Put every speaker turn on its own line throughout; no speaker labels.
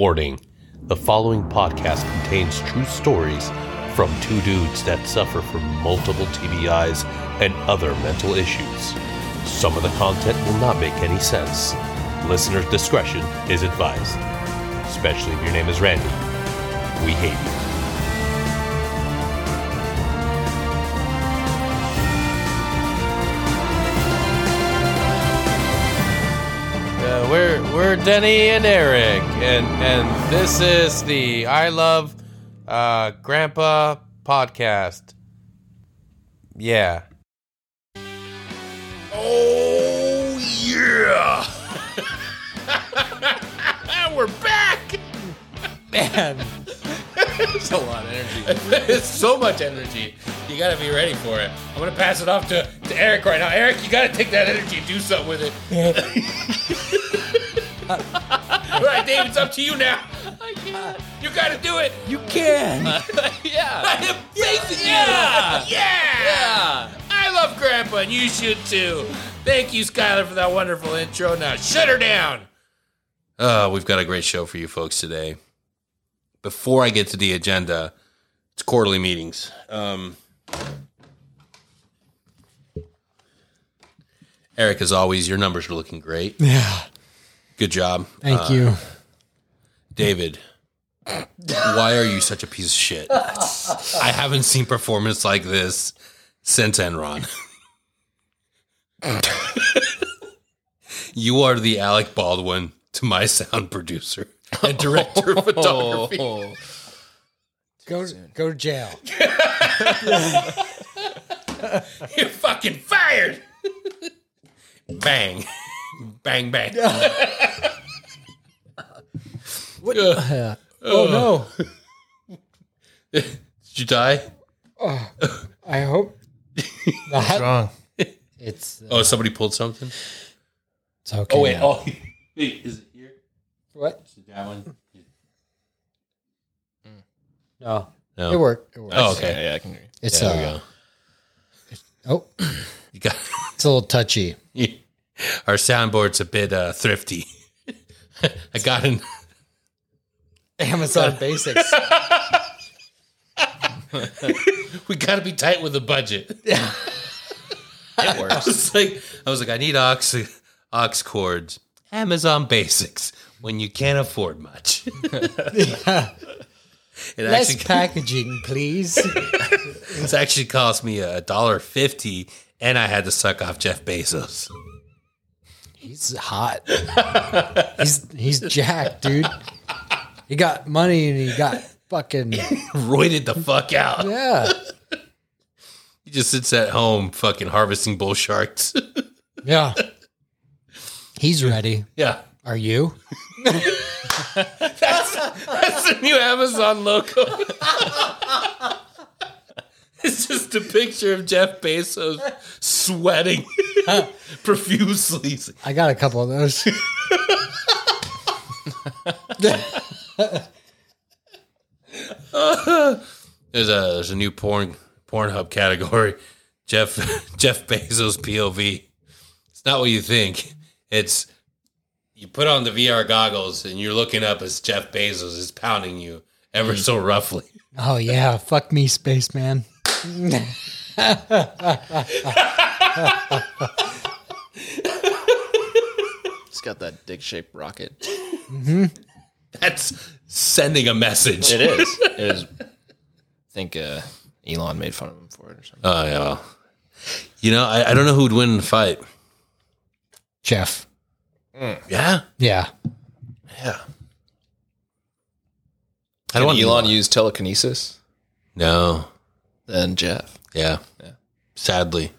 Warning the following podcast contains true stories from two dudes that suffer from multiple TBIs and other mental issues. Some of the content will not make any sense. Listener's discretion is advised, especially if your name is Randy. We hate
Uh, we're we're Denny and Eric, and and this is the I Love uh, Grandpa podcast. Yeah,
Oh yeah! We're back.
Man, it's a lot of energy.
It's so much energy. You gotta be ready for it. I'm gonna pass it off to, to Eric right now. Eric, you gotta take that energy and do something with it. All right, Dave, it's up to you now. I can't. You gotta do it.
You can.
I
yeah.
have faith in
Yeah.
you. Yeah. I love Grandpa, and you should too. Thank you, Skylar, for that wonderful intro. Now shut her down. Uh, we've got a great show for you folks today. Before I get to the agenda, it's quarterly meetings. Um, Eric, as always, your numbers are looking great.
Yeah.
Good job. Uh,
Thank you.
David, why are you such a piece of shit? I haven't seen performance like this since Enron. you are the Alec Baldwin to my sound producer and director of photography.
Go go to jail.
You're fucking fired. bang. bang, bang.
What? oh no.
Did you die?
I hope not.
wrong.
It's
Oh, somebody pulled something?
it's okay.
Oh, wait.
now.
Oh, wait, is it here?
What?
Is it that one?
No.
No.
It worked. It worked.
Oh, okay.
Yeah, I can hear you.
It's
There we
uh,
go.
oh,
You got
it's a little touchy.
our soundboard's a bit uh, thrifty. I got an
Amazon Basics.
we gotta be tight with the budget. Yeah. it works. I was like I was like, I need ox aux cords. Amazon basics when you can't afford much. It
Less
actually
packaging, please.
it's actually cost me a dollar fifty and I had to suck off Jeff Bezos.
He's hot. He's he's jacked, dude. He got money and he got fucking
Roided the fuck out.
yeah
He just sits at home fucking harvesting bull sharks.
yeah. He's ready.
yeah.
Are you?
That's the new Amazon logo. it's just a picture of Jeff Bezos sweating profusely. He's like,
I got a couple of those.
There's a there's a new porn Pornhub category. Jeff Jeff Bezos POV. It's not what you think. It's you put on the VR goggles and you're looking up as Jeff Bezos is pounding you ever so roughly.
Oh yeah, fuck me, spaceman.
It's got that dick shaped rocket.
That's sending a message.
It is. It is. I think uh, Elon made fun of him for it or something.
Oh yeah. well. You know, I, I don't know who would win in a fight.
Jeff.
Yeah.
Yeah.
Yeah. I
Can
don't want
Elon used telekinesis?
No.
Then Jeff.
Yeah.
Yeah.
Sadly.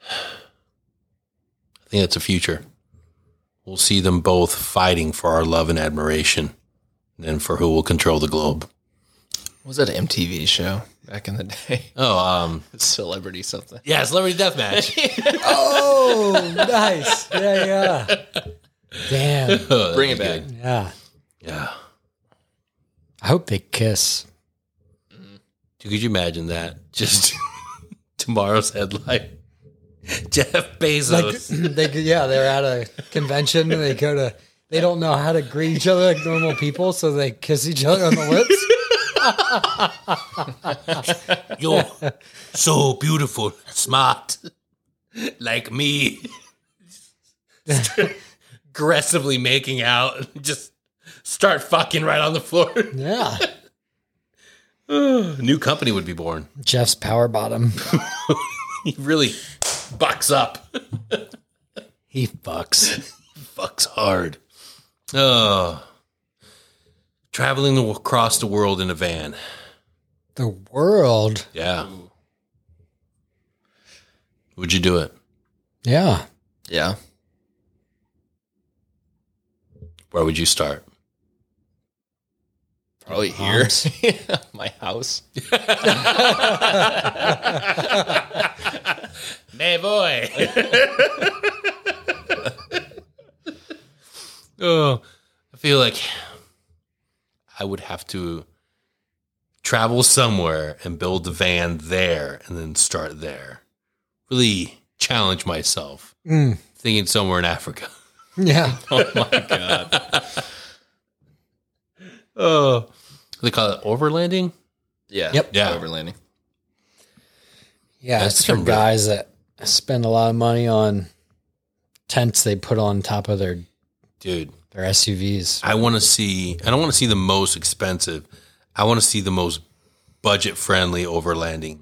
I think that's a future. We'll see them both fighting for our love and admiration and for who will control the globe.
What was that an MTV show back in the day?
Oh, um
Celebrity something.
yeah, celebrity deathmatch.
Oh, nice. Yeah, yeah. Damn.
Oh,
Bring
that'd be
it back.
good.
Yeah.
Yeah.
I hope they kiss.
Dude, could you imagine that? Just tomorrow's headline. Jeff Bezos.
Like they, yeah, they're at a convention and they go to they don't know how to greet each other like normal people, so they kiss each other on the lips.
You're so beautiful, smart, like me. Aggressively making out, just start fucking right on the floor.
Yeah.
New company would be born.
Jeff's power bottom.
He really bucks up,
He fucks.
bucks hard. Oh, traveling the- across the world in a van.
The world.
Yeah. Would you do it?
Yeah.
Yeah.
Where would you start?
Probably here.
Palms.
My house.
Hey, boy. oh, I feel like I would have to travel somewhere and build the van there and then start there. Really challenge myself.
Mm.
Thinking somewhere in Africa.
Yeah.
Oh, they call it overlanding.
Yeah.
Yep.
Yeah.
Overlanding.
Yeah.
That's
it's for
some real-
guys that spend a lot of money on tents they put on top of their,
Dude,
their SUVs.
I want to see, I don't want to see the most expensive. I want to see the most budget friendly overlanding,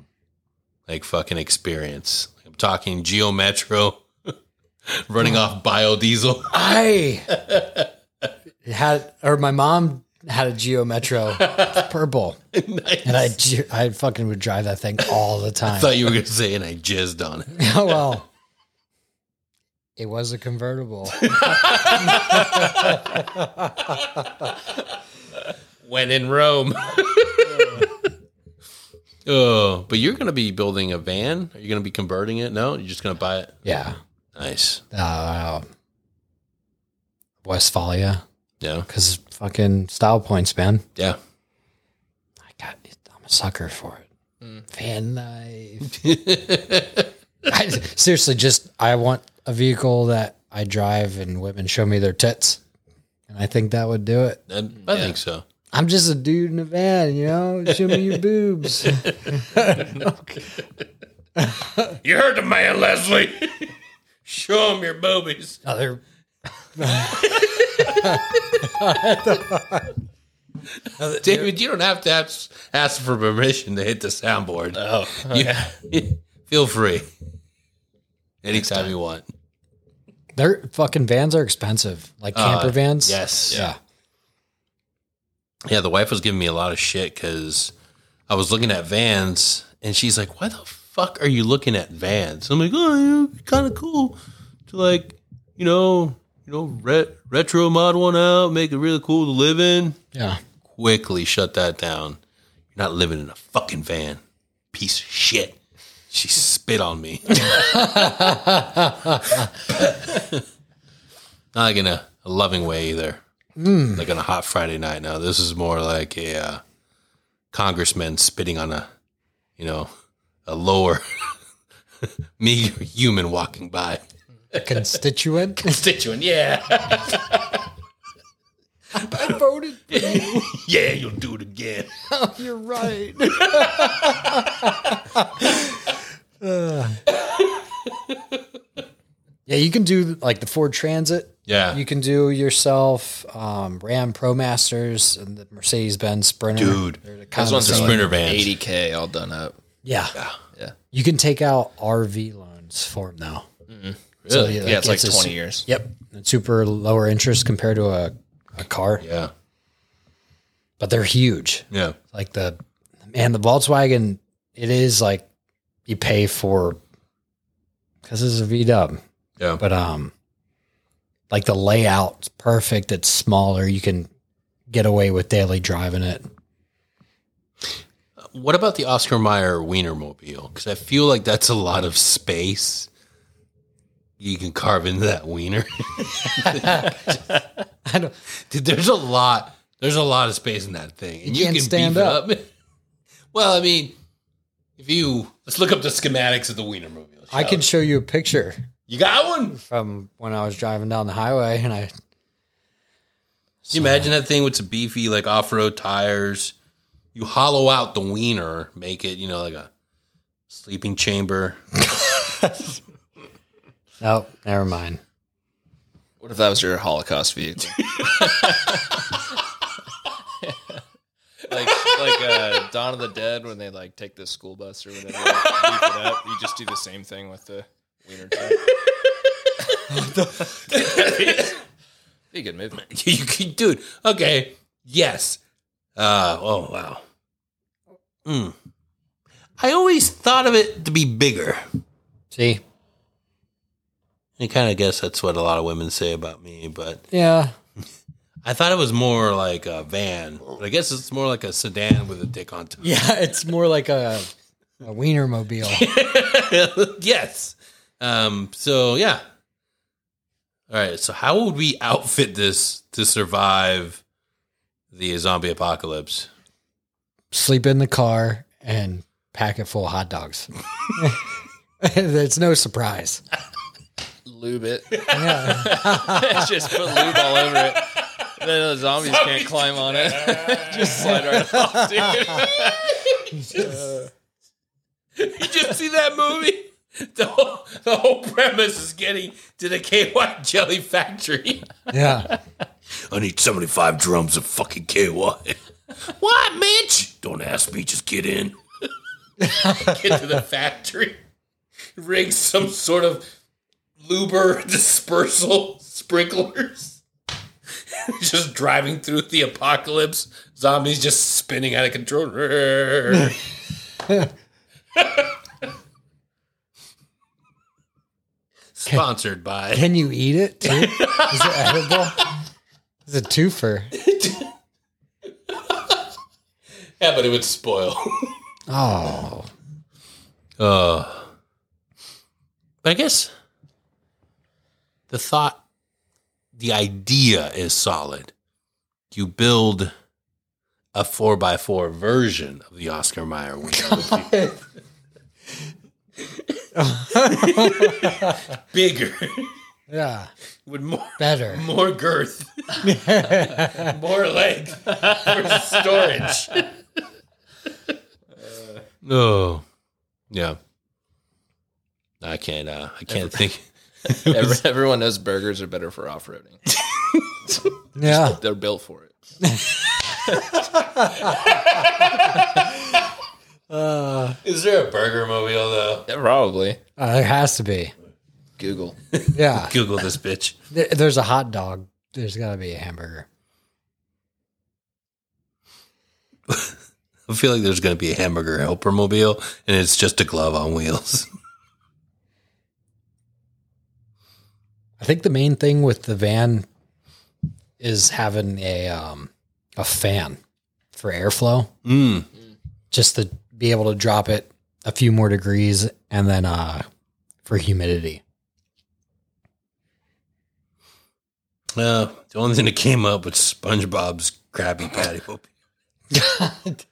like fucking experience. I'm talking Geo Metro, running off biodiesel.
I had, or my mom had a Geo Metro purple,
nice.
and I, ju- I fucking would drive that thing all the
I
time.
thought you were going to say, and I jizzed on it.
oh well, it was a convertible.
When in Rome. oh, but you're going to be building a van? Are you going to be converting it? No, you're just going to buy it?
Yeah,
Nice.
uh, Westphalia,
Yeah.
because fucking style points, man.
Yeah.
I got, I'm a sucker for it. Van life. I, seriously, just I want a vehicle that I drive and women show me their tits, and I think that would do it.
I, I think so.
I'm just a dude in a van, you know. Show me your boobs.
You heard the man, Leslie. Show him your boobies.
Other
David, you don't have to ask, ask for permission to hit the soundboard. Oh, yeah. Feel free. Anytime you want.
their fucking vans are expensive, like camper
Uh,
vans.
yes.
Yeah.
Yeah, the wife was giving me a lot of shit because I was looking at vans and she's like, Why the fuck are you looking at vans? I'm like, Oh, you know, kind of cool to like, you know, you know, ret- retro mod one out, make it really cool to live in.
Yeah.
quickly shut that down. You're not living in a fucking van. Piece of shit. She spit on me. not in a, a loving way either. Like on a hot Friday night. Now this is more like a uh, congressman spitting on a, you know, a lower meager human walking by.
Constituent.
Constituent, yeah,
I voted. Oh,
yeah, you'll do it again.
You're right. yeah, you can do like the Ford Transit.
Yeah,
You can do yourself um, Ram ProMasters and the Mercedes Benz Sprinter.
dude,
They're the kind
Those
of-
ones are like
Sprinter vans.
80K all done up.
yeah.
Yeah.
You can take out RV loans for them now. So,
really,
Yeah, it's like
a
20
su-
years.
Yep. It's super lower interest compared to a, a car,
yeah,
but they're huge.
yeah.
like the man the Volkswagen it is like you pay for because it's a V dub
Yeah.
but um like the layout's perfect it's smaller you can get away with daily driving it
What about the Oscar Mayer Wienermobile? Because I feel like that's a lot of space you can carve into that wiener.
I don't
Dude, there's a lot. There's a lot of space in that thing, and you,
can't
can
stand
beef
up.
it up. well, I mean, if you let's look up the schematics of the Wienermobile.
I
shall
can
we?
show you a picture
You got one?
from when I was driving down the highway and I
Can you imagine that thing with some beefy like off road tires? You hollow out the wiener, make it you know like a sleeping chamber.
Oh, never mind.
What if that was your Holocaust vehicle? like like uh, Dawn of the Dead when they like take the school bus or whatever, beef it up. You just do the same thing with the wiener truck. Be a good movement.
you can, dude. Okay, yes. Uh oh wow. Mm. I always thought of it to be bigger.
See?
I kind of guess that's what a lot of women say about me, but
Yeah.
I thought it was more like a van. But I guess it's more like a sedan with a dick on top.
Yeah, it's more like a, a wiener mobile.
yes. Um, so yeah. All right. So how would we outfit this to survive the zombie apocalypse?
Sleep in the car and pack it full of hot dogs. it's no surprise.
Lube it.
Yeah.
just put lube all over it. Then the zombies can't climb on it. just slide right off, dude.
You just see that movie? The whole, the whole premise is getting to the KY Jelly Factory.
Yeah.
I need 75 drums of fucking KY. what, Mitch? Don't ask me, just get in. get to the factory. Rig some sort of luber dispersal sprinklers. just driving through the apocalypse. Zombies just spinning out of control. Sponsored by.
Can you eat it too? Is it edible? It's a twofer.
Yeah, but it would spoil.
Oh.
Uh, but I guess the thought, the idea is solid. You build a four by four version of the Oscar Mayer window. Bigger,
Yeah.
with more
Better.
more girth, more leg for storage. oh, yeah. I can't. Uh, I can't think.
Every- everyone knows burgers are better for off roading.
Yeah.
They're built for it.
Is there a burger mobile though?
Yeah, probably.
Uh, there has to be.
Google.
Yeah.
Google this bitch.
There- There's a hot dog. There's got to be a hamburger.
I feel like there's going to be a hamburger helper mobile, and it's just a glove on wheels.
I think the main thing with the van is having a um, a fan for airflow,
Mm.
just to be able to drop it a few more degrees, and then uh, for humidity.
Uh, the only thing that came up was SpongeBob's Krabby Patty mobile.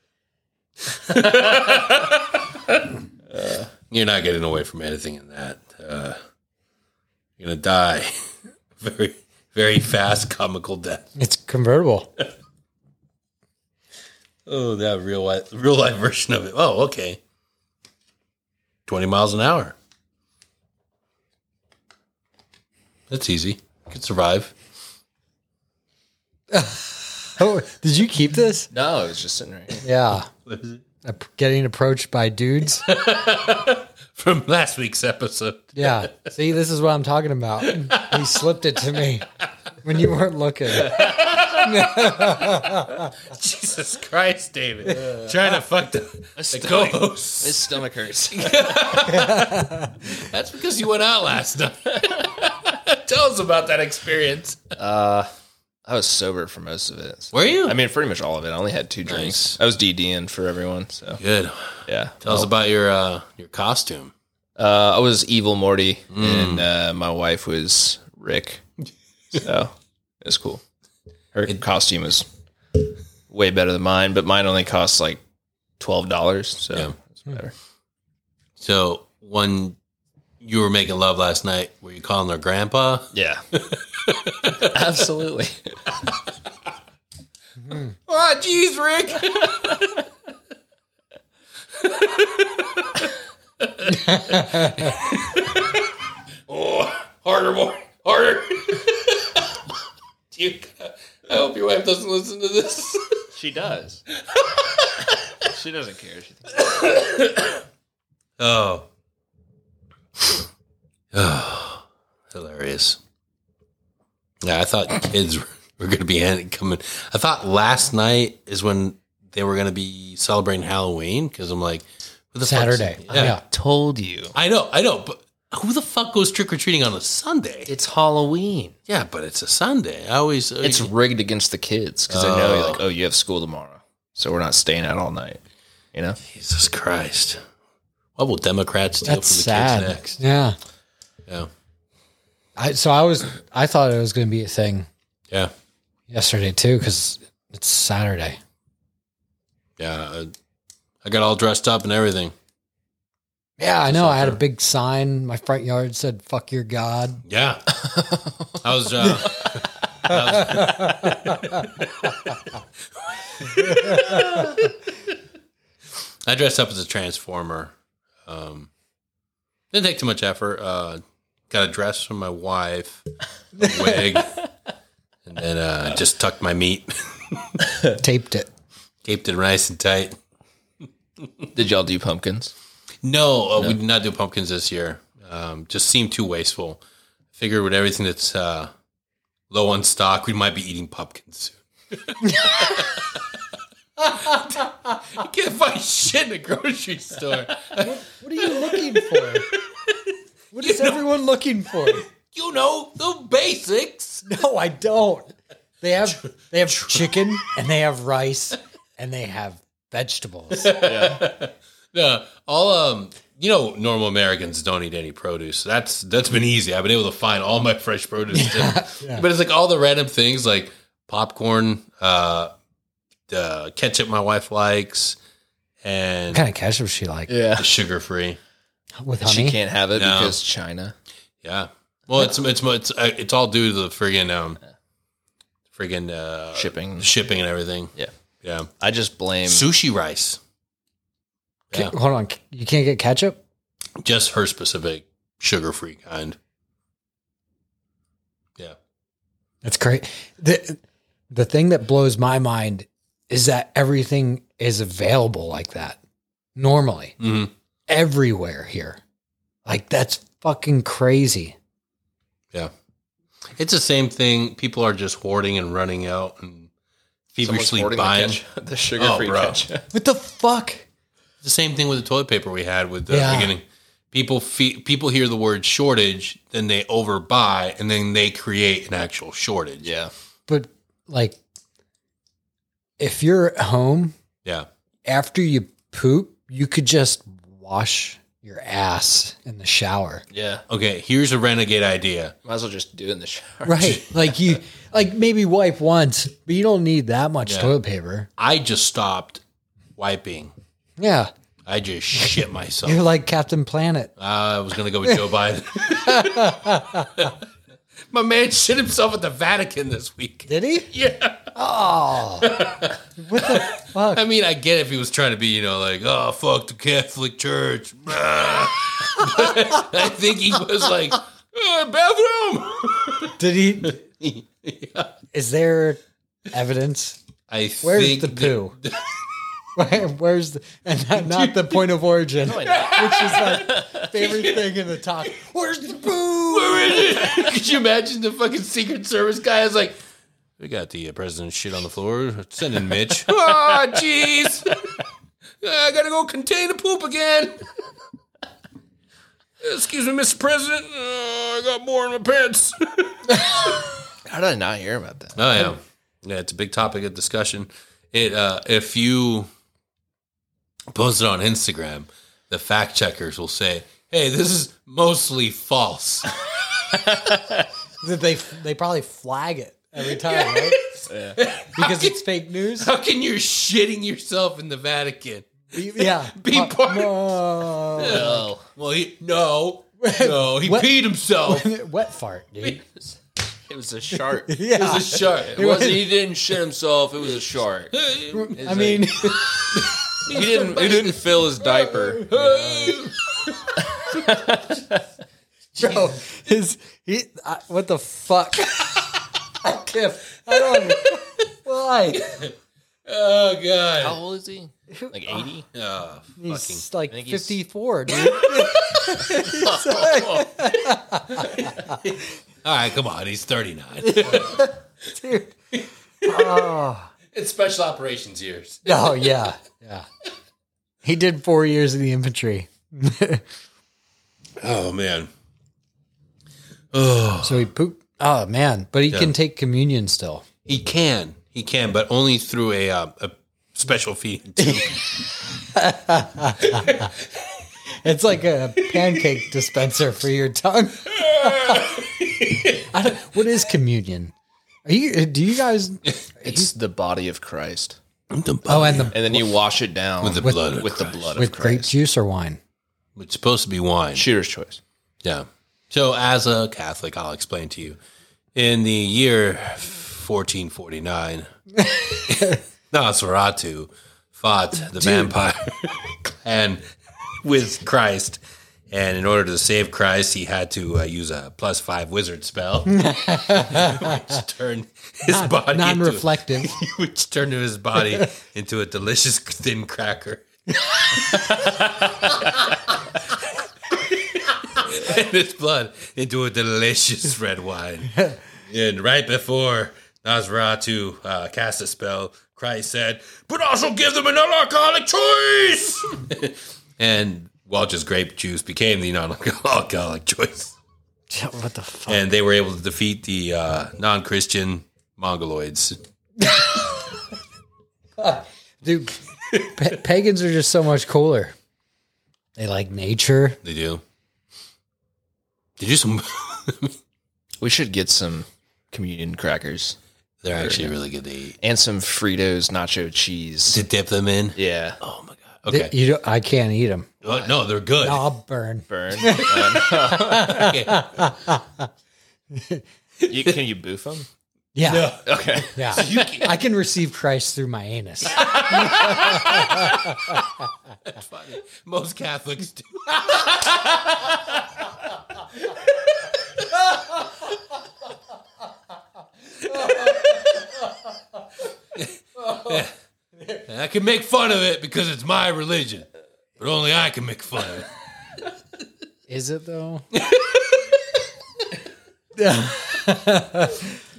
Uh, You're not getting away from anything in that. Uh, you're gonna die very, very fast, comical death.
It's convertible.
Oh, that real life, real life version of it. Oh, okay. Twenty miles an hour. That's easy. Could survive.
oh, did you keep this?
No, it was just sitting right here.
Yeah.
What is it?
Ap- Getting approached by dudes.
From last week's episode.
Yeah. See, this is what I'm talking about. He slipped it to me when you weren't looking.
Jesus Christ, David. Trying to fuck the, the co-host.
His stomach hurts.
That's because you went out last night. Tell us about that experience.
Uh, I was sober for most of it. so-
Were you?
I mean, pretty much all of it. I only had two drinks. I was DDing for everyone. So,
Good.
yeah.
Tell us about your uh, your costume.
Uh, I was Evil Morty,
Mm.
and uh, my wife was Rick. So it was cool. Her costume was way better than mine, but mine only cost like twelve dollars. So
Yeah.
it's better.
So when you were making love last night, were you calling her grandpa?
Yeah, absolutely.
Oh, jeez, Rick. oh, harder, boy. Harder. you, I hope your wife doesn't listen to this.
She does. she doesn't care. She thinks
Oh. oh. Hilarious. Yeah, I thought kids were going to be hand- coming. I thought last night is when they were going to be celebrating Halloween because I'm like, who the fuck's-
Saturday.
yeah.
Yeah.
told you
I know, I know, but who the fuck goes trick or treating on a Sunday?
it's Halloween.
yeah, but it's a Sunday. I always. uh,
It's rigged against the kids because they know like, oh, you have school tomorrow, so we're not staying out all night. You know,
Jesus Christ. What will Democrats do
That's
for the
sad.
kids next?
Yeah.
Yeah.
I so I was I thought it was going to be a thing
Yeah.
yesterday too because it's Saturday.
Yeah. I, I got all dressed up and everything.
Yeah, I know. I had a big sign. in My front yard said "Fuck your God."
Yeah. I was. Uh, I was- I dressed up as a transformer. Um, didn't take too much effort. Uh, got a dress from my wife, a wig, and then uh, just tucked my meat,
Taped it.
taped it nice and tight.
did y'all do pumpkins?
No, uh, we did not do pumpkins this year. Um, just seemed too wasteful. Figured with everything that's uh, low on stock, we might be eating pumpkins soon. you can't find shit in the grocery store.
What are you looking for? What is everyone looking for?
You know the basics.
No, I don't. They have they have chicken and they have rice and they have vegetables.
No, all um, you know, normal Americans don't eat any produce. That's that's been easy. I've been able to find all my fresh produce. But it's like all the random things like popcorn, uh, the ketchup my wife likes, and
What kind of ketchup she like
Yeah,
sugar free.
with
she
honey?
can't have it
No.
because China.
Yeah. Well, it's it's it's uh, it's all due to the friggin' um, friggin' uh,
Shipping.
shipping and everything.
Yeah,
Yeah.
I just blame.
Sushi rice,
Ca- Hold on, you can't get ketchup.
just her specific sugar free kind. Yeah.
That's great. the The thing that blows my mind is that everything is available like that normally
Mhm.
everywhere here. Like that's fucking crazy.
Yeah. It's the same thing. People are just hoarding and running out and
someone's
feverishly
hoarding the
buying.
ketchup- the sugar-free
bro.
ketchup.
What the fuck?
It's the same thing with the toilet paper we had with the
Yeah.
beginning. People fe- people hear the word shortage, then they overbuy, and then they create an actual shortage.
Yeah,
But like, if you're at home
Yeah.
after you poop, you could just wash your ass in the shower.
yeah.
Okay. Here's a renegade idea.
Might as well just do it in the shower.
Right. like you like maybe wipe once, but you don't need that much toilet paper.
I just stopped wiping.
Yeah.
I just shit myself.
You're like Captain Planet.
I was gonna go with Joe Biden. My man shit himself at the Vatican this week.
Did he?
Yeah.
Oh. what the fuck?
I mean, I get if he was trying to be, you know, like, oh, fuck the Catholic Church. But I think he was like, "Uh, bathroom.
Did he? Is there evidence?
I
Where's
think
the
that-
poo? Where, where's the and not, not the point of origin, which is my favorite thing in the talk. Where's the poo?
Where is it? Could you imagine the fucking Secret Service guy is like, we got the uh, president's shit on the floor. Send in Mitch. oh,
Ah,
jeez. I gotta go contain the poop again. Excuse me, Mr. President. Uh, I got more in my pants.
How did I not hear about that?
Oh yeah, yeah. It's a big topic of discussion. It uh, if you post it on Instagram, the fact checkers will say, "Hey, this is mostly false."
That they they probably flag it every time, right? Because it's fake news.
How can you're shitting yourself in the Vatican?
Yeah.
Be
Uh,
part-
no.
No. Well, he, no, no. He peed himself.
Wet fart, dude.
It was a shark.
Yeah.
It was a shark. It was he didn't shit himself. It was a shark.
I mean,
he didn't. He didn't fill his diaper.
bro, his he. I, what the fuck? I can't. I don't. Why?
Oh god.
How old is he? Like eighty.
Oh,
He's like
think he's-
54, dude.
all right, come on. He's 39.
dude. Oh,
it's special operations years.
oh yeah, yeah. He did four years in the infantry,
Oh man. Oh,
so he pooped. Oh man, but he can take communion still.
he can. He can, but only through a uh, a special feed.
It's like a pancake dispenser for your tongue. I don't, what is communion? Are you? Do you guys?
It's the body of Christ,
Oh, and the
and then you wash it down
With the blood of
with the blood
with
of
grape
Christ.
juice or wine?
It's supposed to be wine.
Shooter's choice.
Yeah. So, as a Catholic, I'll explain to you. In the year 1449, Nosferatu fought the vampire and with Christ. And in order to save Christ, he had to uh, use a plus five wizard spell, which turned his body into,
Non-reflective.
which turned his body into a delicious thin cracker. and his blood into a delicious red wine. And right before Nosferatu uh, cast a spell, Christ said, "But also give them an alcoholic choice." and Welch's grape juice became the non-alcoholic choice,
what the fuck?
and they were able to defeat the uh, non-Christian Mongoloids.
Dude, pa- pagans are just so much cooler. They like nature.
They do. They do some.
We should get some communion crackers
They're actually really good to eat.
and some Fritos nacho
To
cheese.
dip them in.
Yeah,
Oh my god.
Th-
Okay.
You don't, I can't eat them.
Oh, no, they're good.
I'll burn.
burn. Uh, you, can you boof them?
Yeah.
Okay.
Yeah. I can receive Christ through my anus.
Most Catholics do. And I can make fun of it because it's my religion, but only I can make fun of it.
Is it though?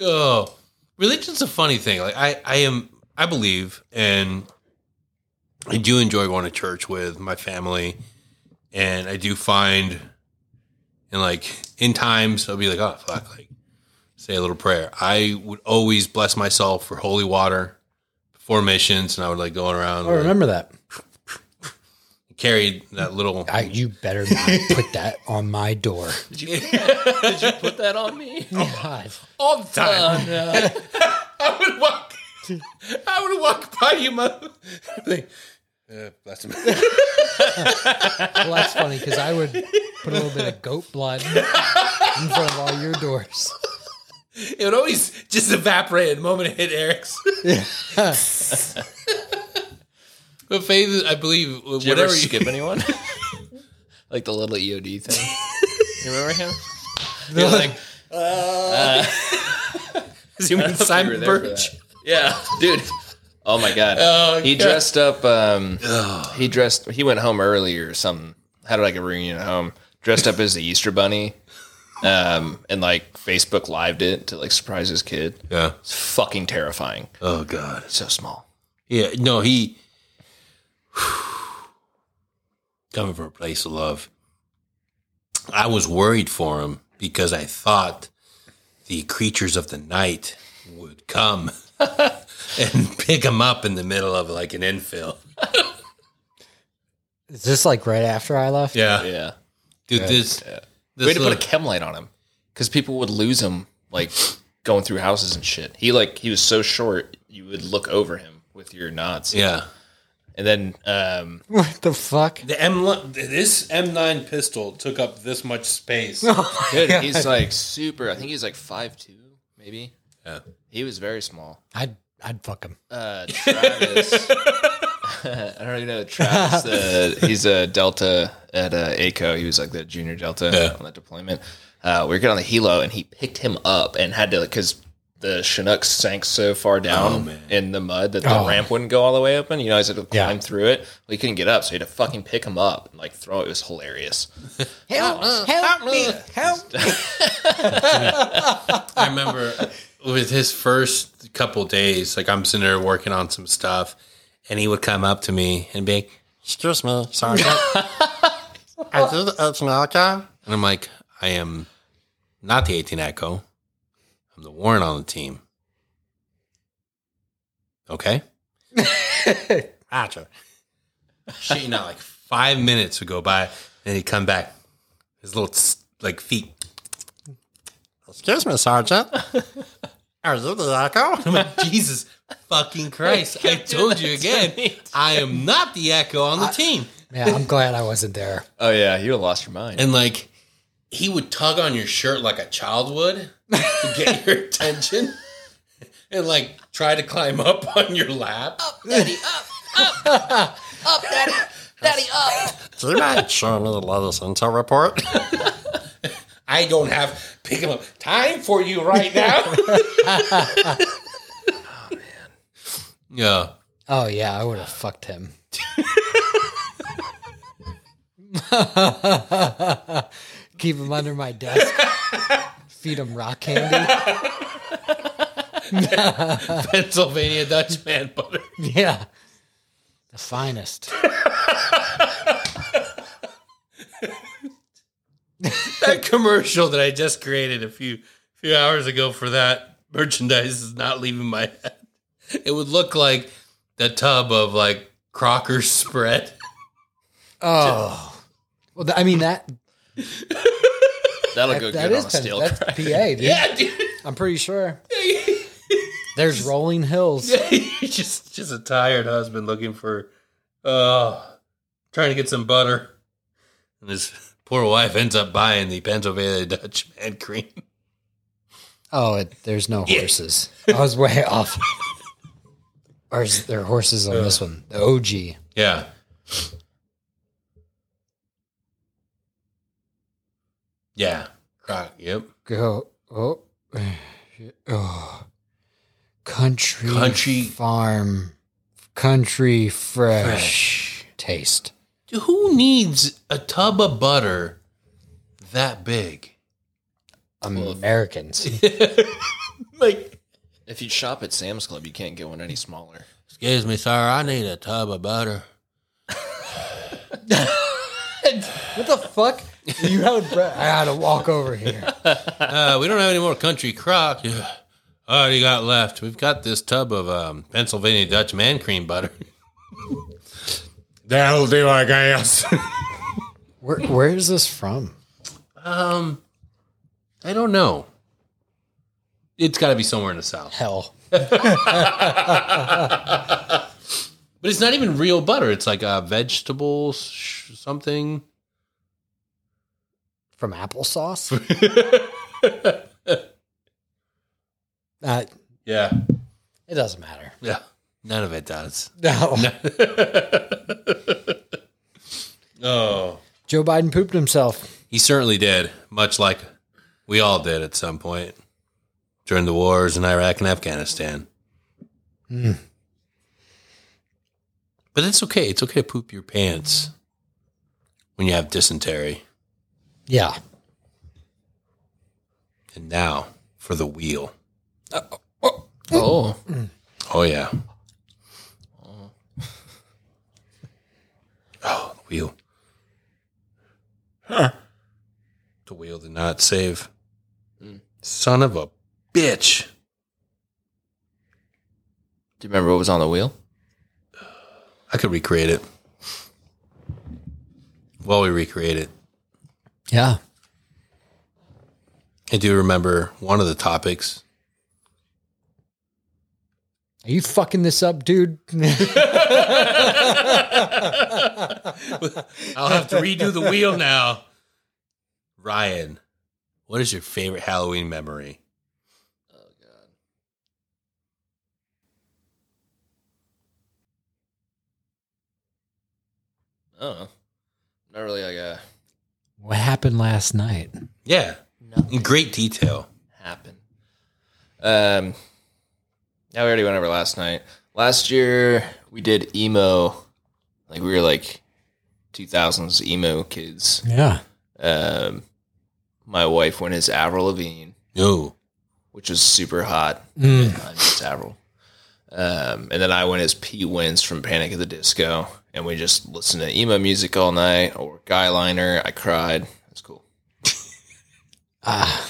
Oh, religion's a funny thing. Like I, I am, I believe, and I do enjoy going to church with my family, and I do find, and like in times, I'll be like, oh fuck, like say a little prayer. I would always bless myself for holy water before missions, and I would like going around
I remember that.
carry that little.
I, you better not put that on my door.
Put that on me.
God.
all the time. I would walk. I would walk by you, mother. Like, uh, bless him.
Well, that's funny because I would put a little bit of goat blood in front of all your doors.
It would always just evaporate the moment it hit Eric's. but faith, is- I believe,
Did you ever
whatever you
skip anyone? like the little EOD thing. You remember him?
They're like,
Uh,
you mean Simon
there for
Birch.
Yeah, dude. Oh my god. he dressed up. Um, he dressed. He went home early or something. Had like a reunion at home. Dressed up as the Easter Bunny, um, and like Facebook lived it to like surprise his kid.
Yeah.
It's fucking terrifying.
Oh God.
So small.
Yeah. No, he coming from a place of love. I was worried for him because I thought the creatures of the night would come and pick him up in the middle of like an infill.
is this like right after I left?
Yeah.
Yeah.
Dude, this.
We had
this
to put a
little-
chem light on him because people would lose him like going through houses and shit. He like he was so short you would look over him with your nods.
yeah.
And then um,
What the fuck?
The M this M9 pistol took up this much space.
dude, he's like super. I think he's like five two. maybe.
Yeah.
He was very small.
I'd I'd fuck him.
Uh, Travis. I don't really know Travis. Uh, he's a Delta at uh, ACO. He was like the junior Delta
Yeah.
on that deployment. Uh, we were getting on the Hilo, and he picked him up and had to because the Chinook sank so far down in the mud that the
Oh.
ramp wouldn't go all the way up, and you know, he had to
Yeah.
climb through it. Well, he couldn't get up, so he had to fucking pick him up and like throw it. It was hilarious.
uh,
I remember with his first couple days, like I'm sitting there working on some stuff, and he would come up to me and be, like, "Excuse me, Sergeant, are you the 18 Echo?" And I'm like, "I am not the 18 Echo. I'm the warrant on the team." Okay. Roger. Shit, you know, like five minutes would go by, and he'd come back, his little tss, like feet. Excuse me, Sergeant. Are you the echo? I'm like, Jesus fucking Christ. I told you again, I am not the echo on the team.
Yeah, I'm glad I wasn't there.
Oh yeah, you lost your mind.
And like, he would tug on your shirt like a child would to get your attention and like try to climb up on your lap.
Do you mind showing me the latest intel report?
I don't have pick him up time for you right now. Yeah.
Oh yeah, I would have fucked him. Keep him under my desk. Feed him rock candy.
Pennsylvania Dutch man butter.
Yeah. The finest.
that commercial that I just created a few few hours ago for that merchandise is not leaving my head. It would look like the tub of like Crocker's spread.
Oh. Well, th- I mean that
That'll go
that
good
is
on a
Penn-
steel
that's
crack.
PA, dude.
Yeah, dude.
I'm pretty sure. There's rolling hills.
just just a tired husband looking for uh trying to get some butter. And his poor wife ends up buying the Pennsylvania Dutch man cream.
Oh, it, there's no horses. I was way off. Or is there horses on
Uh.
this one? The OG.
Yeah. Yeah. Croc. Yep.
Go. Oh. oh. Country,
Country-
farm. Country fresh, taste.
Dude, Who needs a tub of butter that big?
Americans.
Like,
If you shop at Sam's Club, you can't get one any smaller.
excuse me, sir, I need a tub of butter.
what the fuck? You had bre- I had to walk over here.
Uh, we don't have any more country crock. Yeah. All you got left. We've got this tub of um, Pennsylvania Dutch man cream butter. That'll do, I guess.
Where, where is this from?
um, I don't know. It's got to be somewhere in the south,
Hell.
but it's not even real butter. It's like a vegetable sh- something.
From applesauce? uh,
Yeah,
it doesn't matter.
yeah. None of it does.
No.
Oh,
Joe Biden pooped himself.
he certainly did, much like we all did at some point during the wars in Iraq and Afghanistan. But it's okay. It's okay to poop your pants when you have dysentery.
Yeah.
And now for the wheel.
Oh,
Oh, yeah. Oh, the wheel. The wheel did not save. Son of a bitch.
do you remember what was on the wheel?
I could recreate it. While we recreate it,
Yeah.
I do remember one of the topics.
Are you fucking this up, dude?
I'll have to redo the wheel now. Ryan, what is your favorite Halloween memory?
Oh, not really like uh, a
What happened last night?
Yeah. In great detail.
happen. Um, yeah, we already went over last night. Last year we did emo, like we were like two thousands emo kids.
Yeah.
Um, my wife went as Avril Lavigne,
No.
which was super hot.
Hmm.
I'm just Avril. Um, and then I went as Pete Wins from Panic at the Disco, and we just listened to emo music all night or Guyliner. I cried. That's cool.
Ah,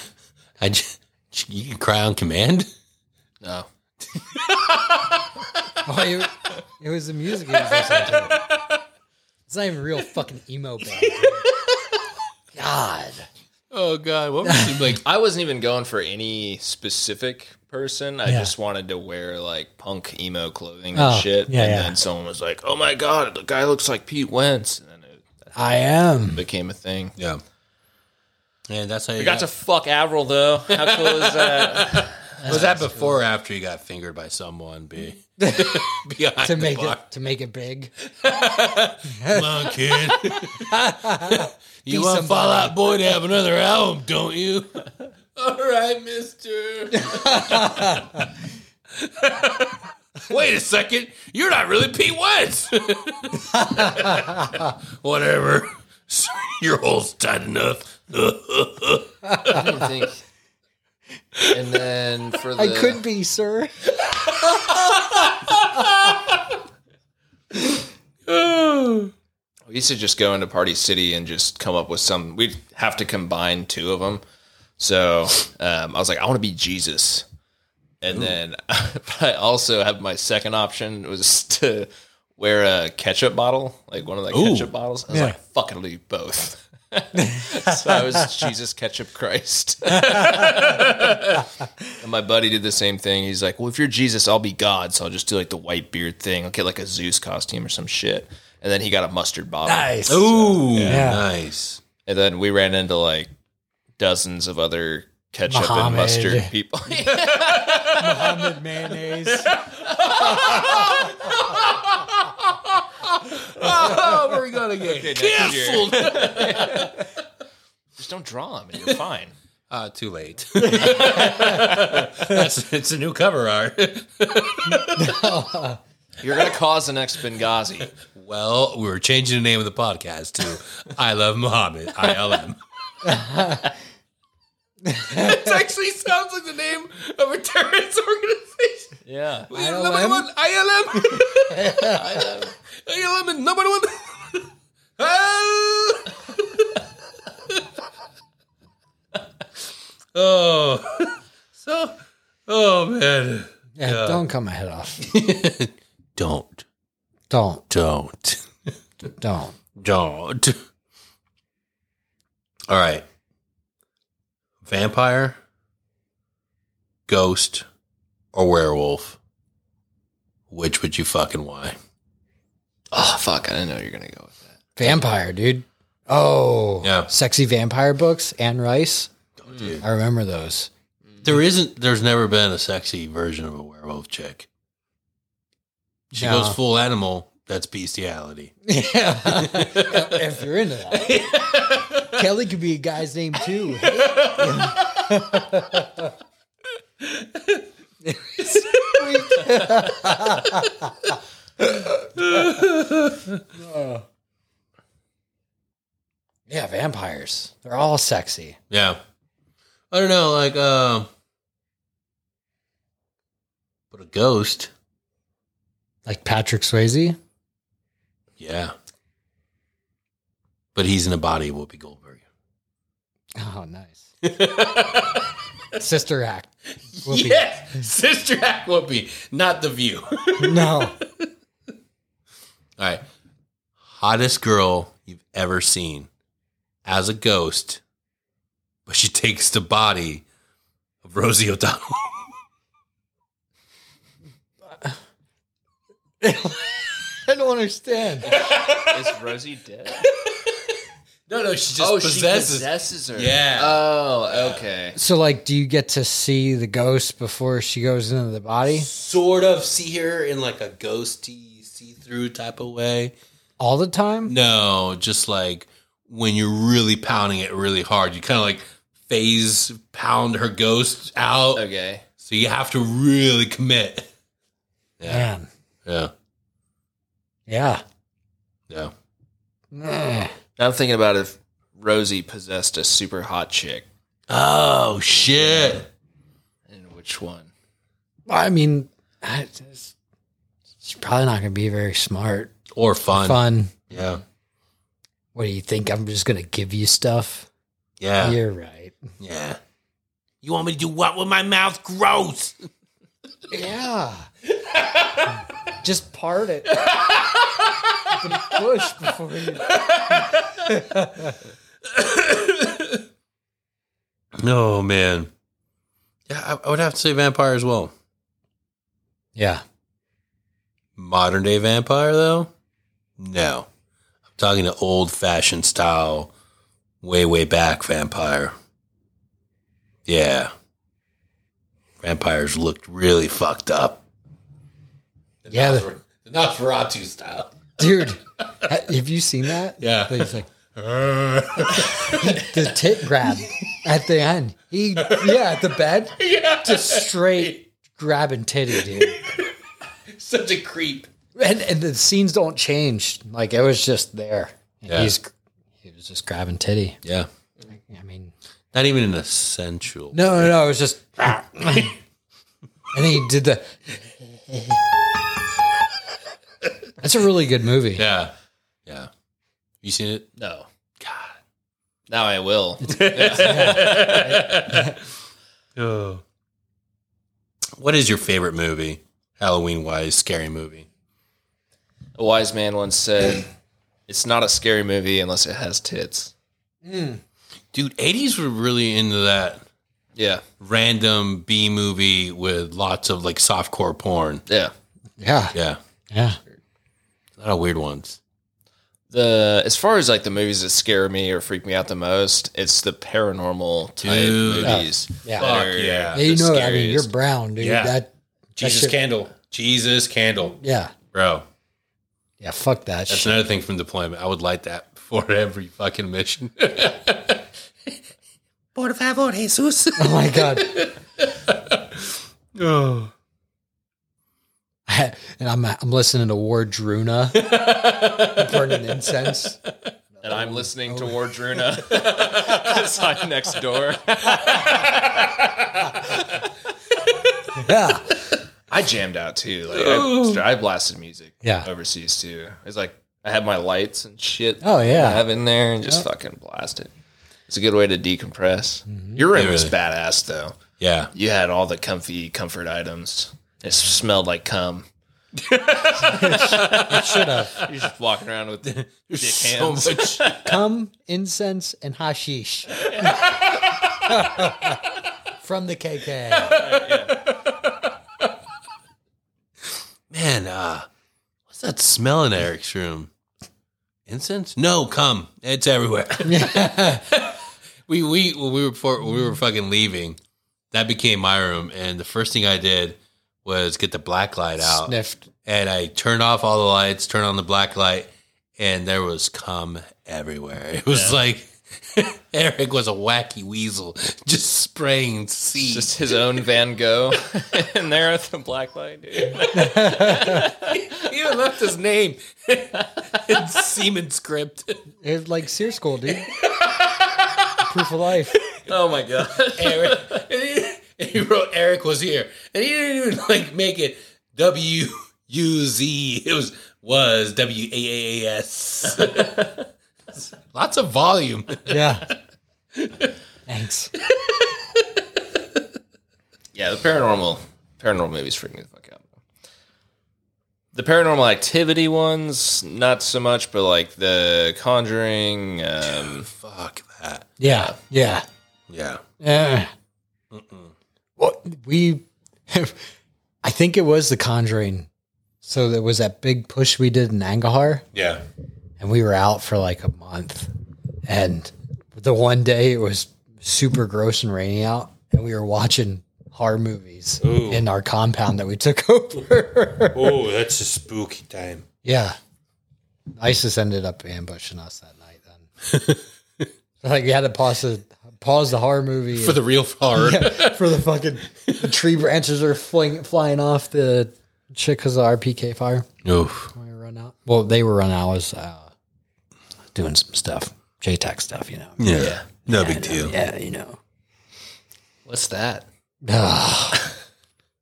I just, you can cry on command?
No,
Oh, you- it was the music he was listening to. It's not even real fucking emo band. dude. God.
Oh, God. What was she like?
I wasn't even going for any specific person. I
Yeah.
just wanted to wear like punk emo clothing and
Oh,
shit.
yeah,
and
yeah.
then someone was like, "Oh my god, the guy looks like Pete Wentz," and then it
I am.
became a thing.
Yeah. And that's how you
We got to fuck Avril though. How cool is that?
Was that before or after you got fingered by someone? Be behind
To
the
make
bar.
it to make it big.
Come on, kid. you
Be
want
somebody.
Fallout Boy to have another album, don't you? All right, Mister. Wait a second. You're not really Pete Wentz. Whatever. Your hole's tight enough.
I didn't think. And then for the
I could be, sir.
We used to just go into Party City and just come up with some. We'd have to combine two of them. So um, I was like, I want to be Jesus, and then but I also have my second option was to wear a ketchup bottle, like one of the ketchup bottles. I was like, fuck, I'll do both. so I was Jesus ketchup Christ. and my buddy did the same thing. He's like, "Well, if you're Jesus, I'll be God, so I'll just do like the white beard thing. I'll get like a Zeus costume or some shit." And then he got a mustard bottle.
Nice.
Ooh,
Yeah.
nice.
And then we ran into like dozens of other ketchup
Muhammad.
and mustard people.
Muhammad mayonnaise.
Oh, we're gonna get canceled.
Just don't draw them, and you're fine.
Uh, too late. That's, it's a new cover art.
You're gonna cause the next Benghazi.
Well, we were changing the name of the podcast to I Love Muhammad, ILM. it actually sounds like the name of a terrorist organization.
Yeah.
We have Number
ILM?
one, ILM. ILM and number one. oh. So, oh, man.
Yeah, Don't cut my head off.
Don't.
Don't.
Don't.
Don't.
Don't. All right. Vampire, ghost, or werewolf? Which would you fucking why?
Oh fuck! I didn't know you were gonna go with that.
Vampire, dude. Oh.
Yeah.
Sexy vampire books, Anne Rice. I remember those.
There isn't. There's never been a sexy version of a werewolf chick. She
No.
goes full animal. That's bestiality.
Yeah. if you're into that. Kelly could be a guy's name too. yeah, vampires. They're all sexy.
Yeah. I don't know, like um but a ghost.
Like Patrick Swayze.
Yeah. But he's in the body of Whoopi Goldberg.
Oh, nice. Sister act. Whoopi.
Yes, Sister Act Whoopi, not the view. All
No.
right. Hottest girl you've ever seen as a ghost, but she takes the body of Rosie O'Donnell.
I don't understand.
Is Rosie dead?
no, no, she just
oh,
possesses.
she possesses her.
Yeah.
Oh, okay.
So, like, do you get to see the ghost before she goes into the body?
sort of see her in like a ghosty, see through type of way.
all the time?
No, just like when you're really pounding it really hard, you kind of like phase pound her ghost out.
Okay.
So you have to really commit.
Man.
Yeah.
Yeah.
Yeah.
Now I'm thinking about if Rosie possessed a super hot chick,
Oh shit.
and which one?
I mean, I just, she's probably not going to be very smart.
Or fun.
Fun.
Yeah.
What do you think? I'm just going to give you stuff?
Yeah.
You're right.
Yeah. You want me to do what with my mouth? Gross.
Yeah. just part it. Push before you.
No Oh, man. Yeah, I, I would have to say vampire as well.
Yeah.
Modern day vampire though? No. I'm talking to old fashioned style, way, way back vampire. Yeah. Vampires looked really fucked up.
Yeah. the-
The Nosferatu style.
Dude, ha- have you seen that?
Yeah.
But he's like, the tit grab at the end. He, yeah, at the bed. Yeah. Just straight grabbing titty, dude.
Such a creep.
And, and the scenes don't change. Like, it was just there. And
Yeah.
He's, he was just grabbing titty.
Yeah.
I mean,
Not even an essential.
no, no, no. It was just. and then he did the. That's a really good movie.
Yeah. Yeah. You seen it?
No. God. Now I will.
Oh. What is your favorite movie? Halloween wise, scary movie.
a wise man once said, "It's not a scary movie unless it has tits."
Dude, 80s were really into that
Yeah.
random B movie with lots of like softcore porn.
Yeah.
Yeah.
Yeah.
Yeah.
A lot of weird ones.
The as far as like the movies that scare me or freak me out the most, it's the paranormal type
Dude.
movies.
Yeah.
that
Fuck
are
yeah.
Yeah,
the
you know, I mean,
scariest.
you're brown, dude.
Yeah.
That
Jesus
shit-
Candle. Jesus Candle.
yeah,
Bro,
yeah. Fuck that
that's
shit.
another thing from deployment. I would light that for every fucking mission. Por favor, Jesus.
oh my god. and I'm I'm listening to Wardruna burning incense.
and I'm listening
Oh.
to Wardruna because I'm next door.
Yeah,
I jammed out too. Like I, I blasted music.
Yeah.
overseas too. It's like I had my lights and shit.
Oh, yeah.
I have in there and just fucking blast it. It's a good way to decompress.
Mm-hmm.
Your room
Yeah,
was
really.
badass though.
Yeah.
You had all the comfy comfort items. It smelled like cum.
should have
You're just walking around with dick
So
hands.
much.
come incense and hashish from the KK.
Man, uh, what's that smell in Eric's room? Incense? No, come. It's everywhere. we we when we were before, when we were fucking leaving. That became my room, and the first thing I did was get the black light out,
Sniffed.
and I turned off all the lights, turned on the black light, and there was cum everywhere. It was like Eric was a wacky weasel, just spraying seeds.
Just his own Van Gogh in there with the black light, dude.
he even left his name in semen script.
It was like Sears School, dude. Proof of life.
Oh my god.
uh, Eric. And he, and he wrote Eric was here, and he didn't even like make it W U Z. It was was W A A A S. Lots of volume.
Yeah. Thanks.
Yeah, the paranormal paranormal movies freak me the fuck out. The paranormal activity ones, not so much, but like the Conjuring. Um,
Fuck that.
Yeah. Yeah.
Yeah.
Yeah. Well, we, I think it was The Conjuring. So there was that big push we did in Angahar,
Yeah.
and we were out for like a month. And the one day it was super gross and rainy out, and we were watching horror movies in our compound that we took over.
Oh, that's a spooky time.
yeah. ISIS ended up ambushing us that night. Then, like, we had to pause the pause the horror movie
for the real horror.
for the fucking the tree branches are fling, flying off the shit because of the RPK fire.
Oof.
We were run out. Well, they were run out. I was uh, doing some stuff, JTAC stuff, you know.
Yeah. No big deal.
Yeah, you know.
What's that?
Ugh.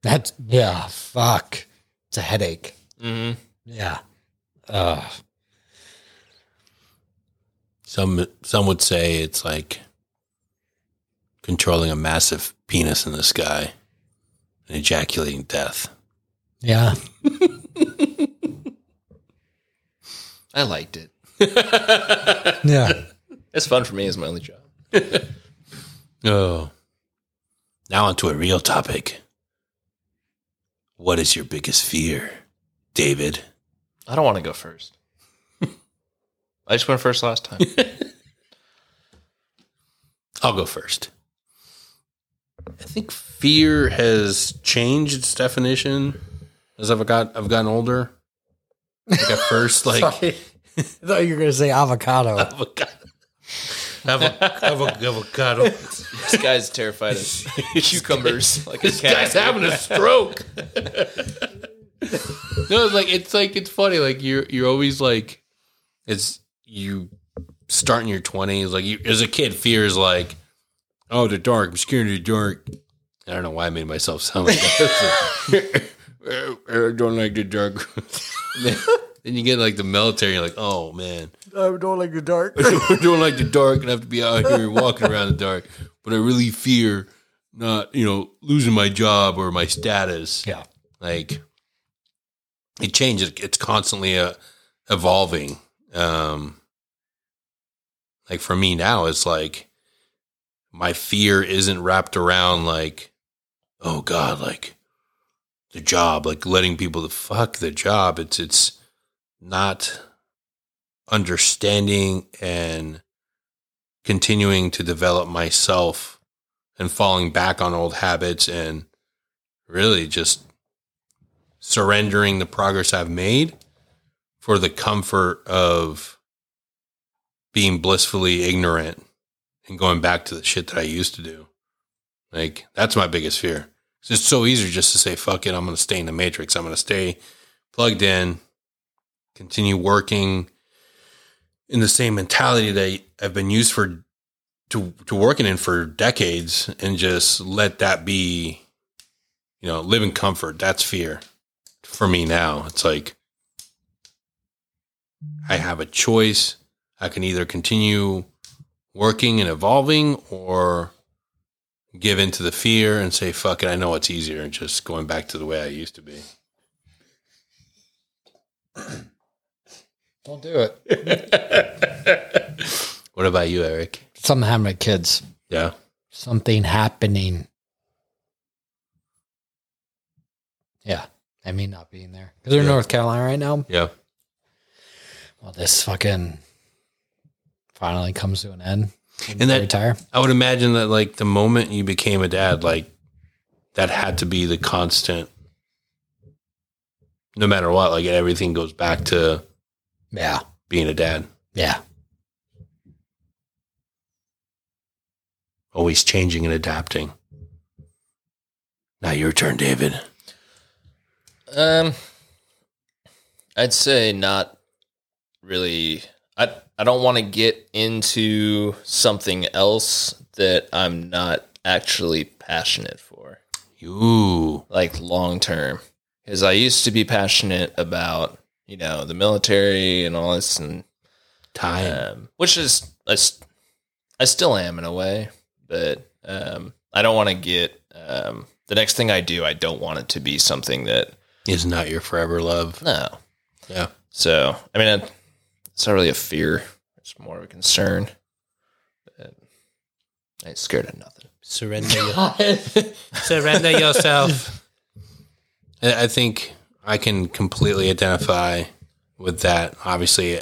That's yeah, fuck. It's a headache. Mm-hmm. Yeah. Ugh.
Some some would say it's like controlling a massive penis in the sky and ejaculating death.
yeah.
I liked it.
Yeah.
It's fun for me. It's my only job.
Oh. Now onto a real topic. What is your biggest fear, David?
I don't want to go first. I just went first last time.
I'll go first. I think fear has changed its definition as I've got I've gotten older. Like at first, like
I thought you were gonna say avocado.
avocado, avocado, avocado.
this guy's terrified of cucumbers like a
Guy's
cat.
having a stroke. no, it's like it's like it's funny. Like you're you're always like it's you start in your twenties. Like you, as a kid, fear is like, oh, the dark, obscurity, the dark. I don't know why I made myself sound like that. I don't like the dark. then, then you get like the military. You're like, oh man,
I don't like the dark.
I don't like the dark and have to be out here walking around in the dark. But I really fear not, you know, losing my job or my status.
Yeah.
Like it changes. It's constantly uh, evolving. Um, like for me now, it's like my fear isn't wrapped around like, oh God, like the job, like letting people to fuck the job. It's, it's not understanding and continuing to develop myself and falling back on old habits and really just surrendering the progress I've made for the comfort of being blissfully ignorant and going back to the shit that I used to do. Like that's my biggest fear. 'Cause It's so easy just to say fuck it, I'm going to stay in the matrix. I'm going to stay plugged in, continue working in the same mentality that I've been used for to to working in for decades and just let that be you know, live in comfort. That's fear for me now. It's like I have a choice. I can either continue working and evolving or give in to the fear and say, fuck it, I know it's easier and just going back to the way I used to be.
Don't do it.
What about you, Eric?
Something happening to kids.
Yeah.
Something happening. Yeah. I mean not being there. Because they're in North Carolina right now.
Yeah.
Well, this fucking finally comes to an end.
And that-
retire.
I would imagine that like the moment you became a dad, like that had to be the constant no matter what, like everything goes back to
Yeah.
being a dad.
Yeah.
always changing and adapting. Now your turn, David.
Um, I'd say not really. I I don't want to get into something else that I'm not actually passionate for,
You
like long term. Because I used to be passionate about you know the military and all this, and
time.
um, which is I, s- I still am in a way, but um, I don't want to get um, the next thing I do. I don't want it to be something that
is not your forever love.
no.
Yeah.
So, I mean, it's not really a fear. It's more of a concern. But I ain't scared of nothing.
Surrender surrender yourself. I I think I can completely identify with that. Obviously,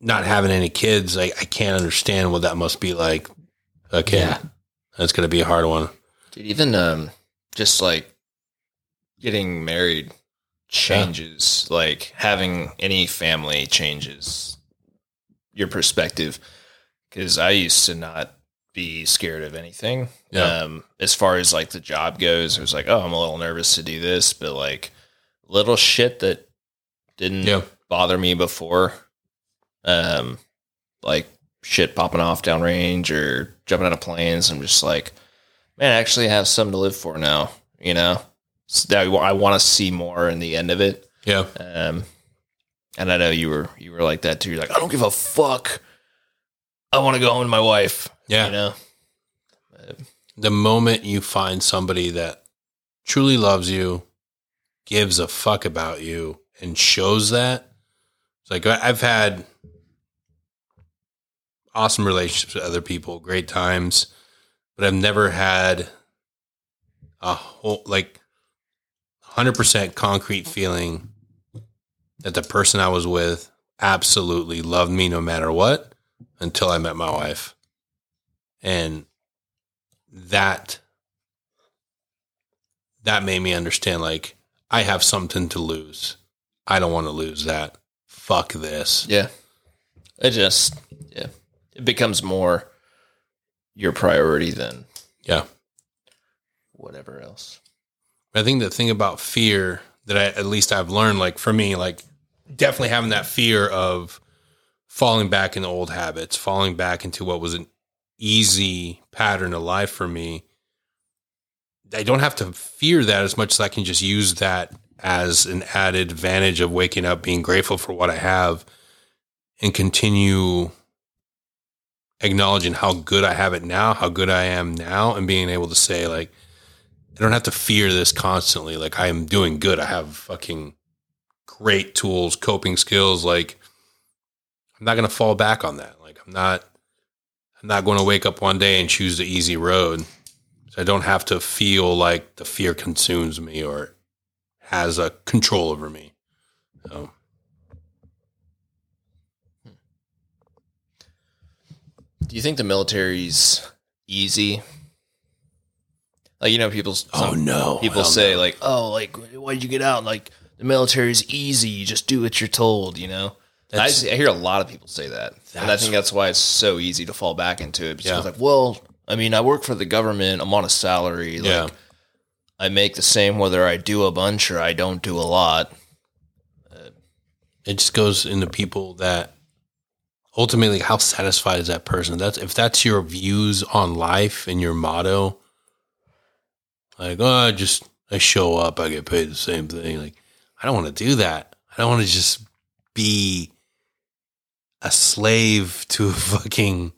not having any kids, I, I can't understand what that must be like. Okay, that's gonna be a hard one.
Dude, even um, just like getting married changes. Like having any family changes your perspective. Because I used to not be scared of anything.
Yeah.
Um, as far as like the job goes, it was like, oh, I'm a little nervous to do this, but like little shit that didn't
Yeah.
bother me before, um, like shit popping off downrange or jumping out of planes. I'm just like, man, I actually have something to live for now. You know, so that I want to see more in the end of it.
Yeah.
Um, and I know you were you were like that too. You're like, I don't give a fuck. I want to go home to my wife.
Yeah.
You know,
the moment you find somebody that truly loves you, gives a fuck about you, and shows that, it's like I- I've had awesome relationships with other people, great times, but I've never had a whole like 100% concrete feeling that the person I was with absolutely loved me no matter what until I met my wife. And that that made me understand like I have something to lose. I don't want to lose that. Fuck this.
Yeah. It just yeah. It becomes more your priority than
Yeah.
whatever else.
I think the thing about fear that I at least I've learned, like for me, like definitely having that fear of falling back into old habits, falling back into what was an easy pattern of life for me. I don't have to fear that as much as I can just use that as an added advantage of waking up, being grateful for what I have, and continue acknowledging how good I have it now, how good I am now, and being able to say, like, I don't have to fear this constantly. Like I am doing good. I have fucking great tools, coping skills. Like I'm not gonna fall back on that. Like I'm not I'm not gonna wake up one day and choose the easy road. So I don't have to feel like the fear consumes me or has a control over me. So
Do you think the military's easy? Like you know people some
no.
people say like, "Oh, like why'd you get out?" Like the military's easy. You just do what you're told, you know. I,
That's-
see- I hear a lot of people say that, and I
That's-
think that's why it's so easy to fall back into it. Because
Yeah.
it's like, well, I mean, I work for the government. I'm on a salary. Like,
Yeah.
I make the same whether I do a bunch or I don't do a lot.
it just goes into people that ultimately how satisfied is that person that's if that's your views on life and your motto like oh I just i show up i get paid the same thing like i don't want to do that i don't want to just be a slave to a fucking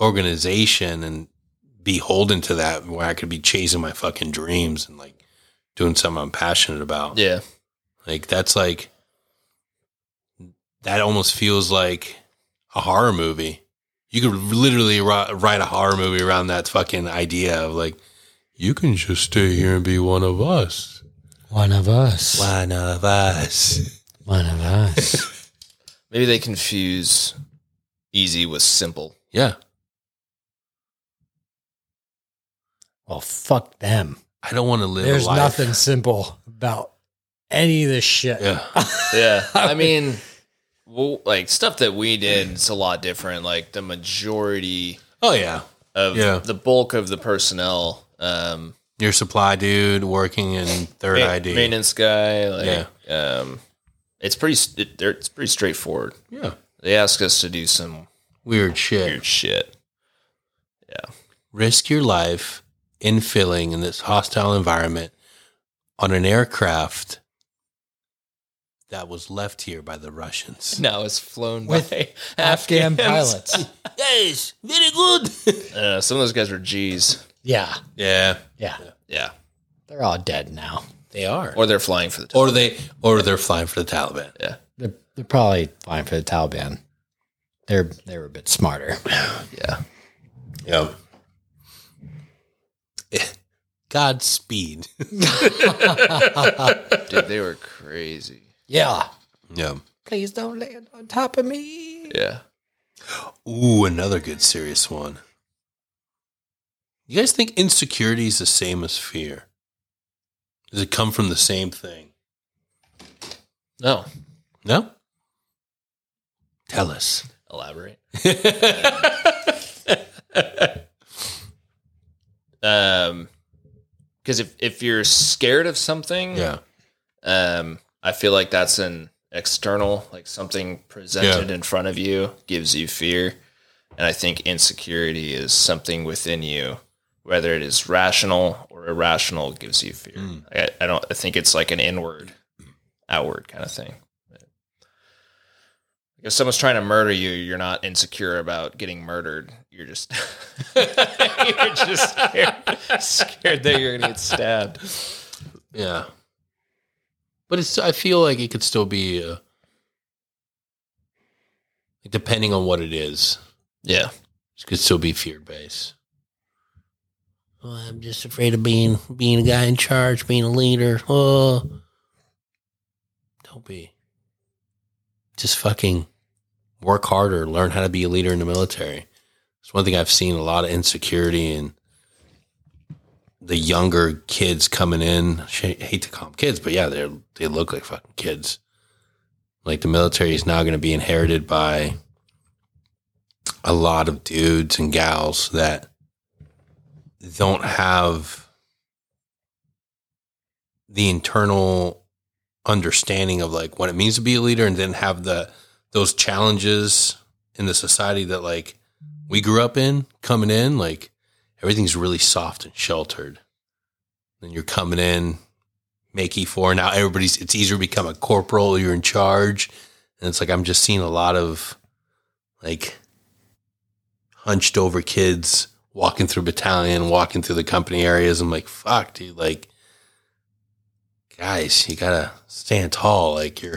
organization and beholden to that where i could be chasing my fucking dreams and like doing something i'm passionate about
Yeah,
like that's like that almost feels like a horror movie. You could literally ri- write a horror movie around that fucking idea of like you can just stay here and be one of us.
One of us.
One of us.
One of us.
maybe they confuse easy with simple.
Yeah.
well, fuck them.
I don't want to live
There's
a life.
nothing simple about any of this shit.
Yeah.
Yeah, I mean, well, like stuff that we did, it's a lot different. Like the majority
Oh yeah.
of
Yeah.
the bulk of the personnel. Um,
Your supply dude working in third
ma-
ID.
maintenance guy. Like, um, it's pretty. s- It, they're- it's pretty straightforward.
yeah.
They ask us to do some
Weird shit.
weird shit.
risk your life in filling in this hostile environment on an aircraft that was left here by the Russians.
Now it's flown
With
by
Afghan
Afghans.
pilots.
Yes, very good.
Uh, some of those guys were G's.
Yeah.
Yeah,
Yeah.
Yeah,
They're all dead now.
they are. Or,
or they're flying for the.
or they or they're flying for the Taliban.
They're, they're probably fine for the Taliban. They're they were a bit smarter.
yeah,
Yeah. Eh, Godspeed.
dude, they were crazy.
Yeah.
Yeah.
Please don't land on top of me.
Yeah.
Ooh, another good serious one. You guys think insecurity is the same as fear? Does it come from the same thing?
No.
No? Tell us.
Elaborate. um, because if if you're scared of something,
Yeah.
um, I feel like that's an external, like something presented in front of you gives you fear. And I think insecurity is something within you, whether it is rational or irrational, gives you fear. I, I don't, I think it's like an inward, outward kind of thing. If someone's trying to murder you, you're not insecure about getting murdered. You're just, you're just scared, scared that you're going to get stabbed.
Yeah. But it's I feel like it could still be uh, depending on what it is,
Yeah.
it could still be fear based. Well, I'm just afraid of being being a guy in charge, being a leader. Oh. Don't be. Just fucking work harder, learn how to be a leader in the military. It's one thing I've seen a lot of insecurity and the younger kids coming in. sh- hate to call them kids, but yeah, they are they look like fucking kids. Like the military is now going to be inherited by a lot of dudes and gals that don't have the internal understanding of like what it means to be a leader and then have the those challenges in the society that like we grew up in coming in like everything's really soft and sheltered then you're coming in make e4 now everybody's it's easier to become a corporal you're in charge and it's like i'm just seeing a lot of like hunched over kids walking through battalion, walking through the company areas. I'm like, fuck, dude, like guys, you gotta stand tall. Like you're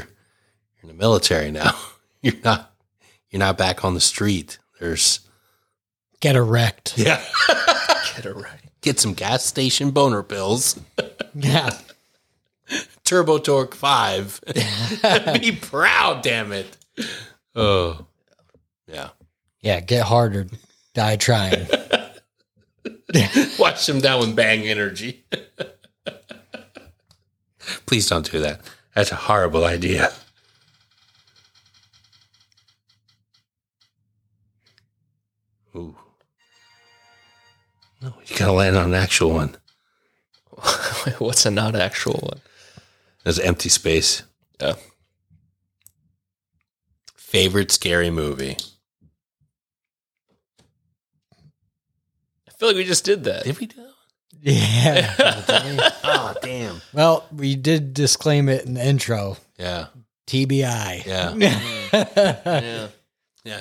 you're in the military now. You're not you're not back on the street. There's
Get erect.
Yeah. Get it right. Get some gas station boner pills.
Yeah.
Turbo Torque five. Be proud, damn it. Oh. Yeah.
Yeah. Get harder. Die trying.
Watch them down with bang energy. Please don't do that. That's a horrible idea. Ooh. No, you gotta land on an actual one.
What's a not actual one?
There's empty space.
Yeah.
Favorite scary movie?
I feel like we just did that.
Did we do?
Yeah.
Oh, damn.
well, we did disclaim it in the intro.
Yeah.
TBI.
Yeah.
Yeah.
Yeah.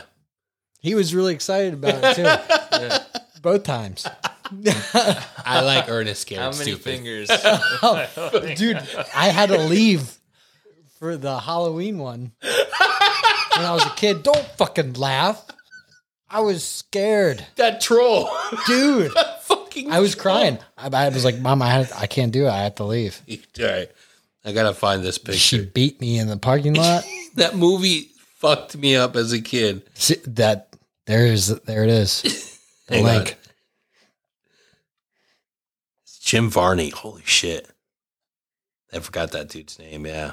he was really excited about it too. Both times.
I like Ernest Scared
How many
Stupid.
fingers?
Dude, I had to leave for the Halloween one when I was a kid. Don't fucking laugh. I was scared.
That troll.
Dude,
Fucking
I was crying. I, I was like, Mom, I, had, I can't do it. I have to leave.
All right. I gotta find this
She
picture.
beat me in the parking lot.
that movie fucked me up as a kid.
See, that there is there it is. The
Hang on.
link.
Jim Varney. Holy shit. I forgot that dude's name. Yeah.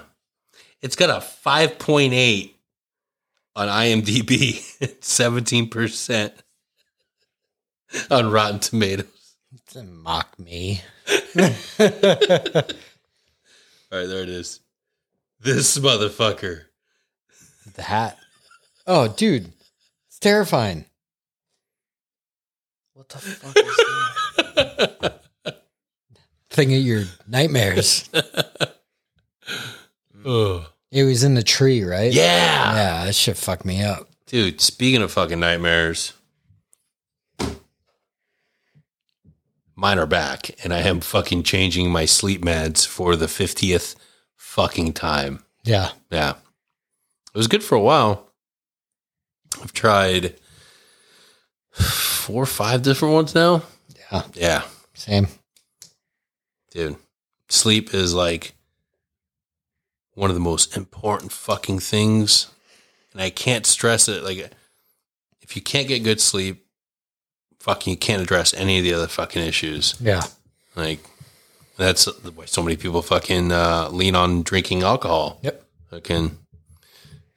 It's got a 5.8 on IMDb, 17% on Rotten Tomatoes.
Didn't mock me.
All right, there it is. This motherfucker.
The hat. Oh, dude. It's terrifying.
what the fuck is that?
Thing of your nightmares.
Ugh.
it was in the tree, right?
Yeah.
Yeah, that shit fucked me up.
Dude, speaking of fucking nightmares, mine are back, and I am fucking changing my sleep meds for the 50th fucking time.
Yeah.
Yeah. It was good for a while. I've tried four or five different ones now.
Yeah.
Yeah.
Same.
Dude, sleep is like one of the most important fucking things. And I can't stress it. Like, if you can't get good sleep, fucking, you can't address any of the other fucking issues.
Yeah.
Like, that's why so many people fucking uh, lean on drinking alcohol.
Yep.
Fucking.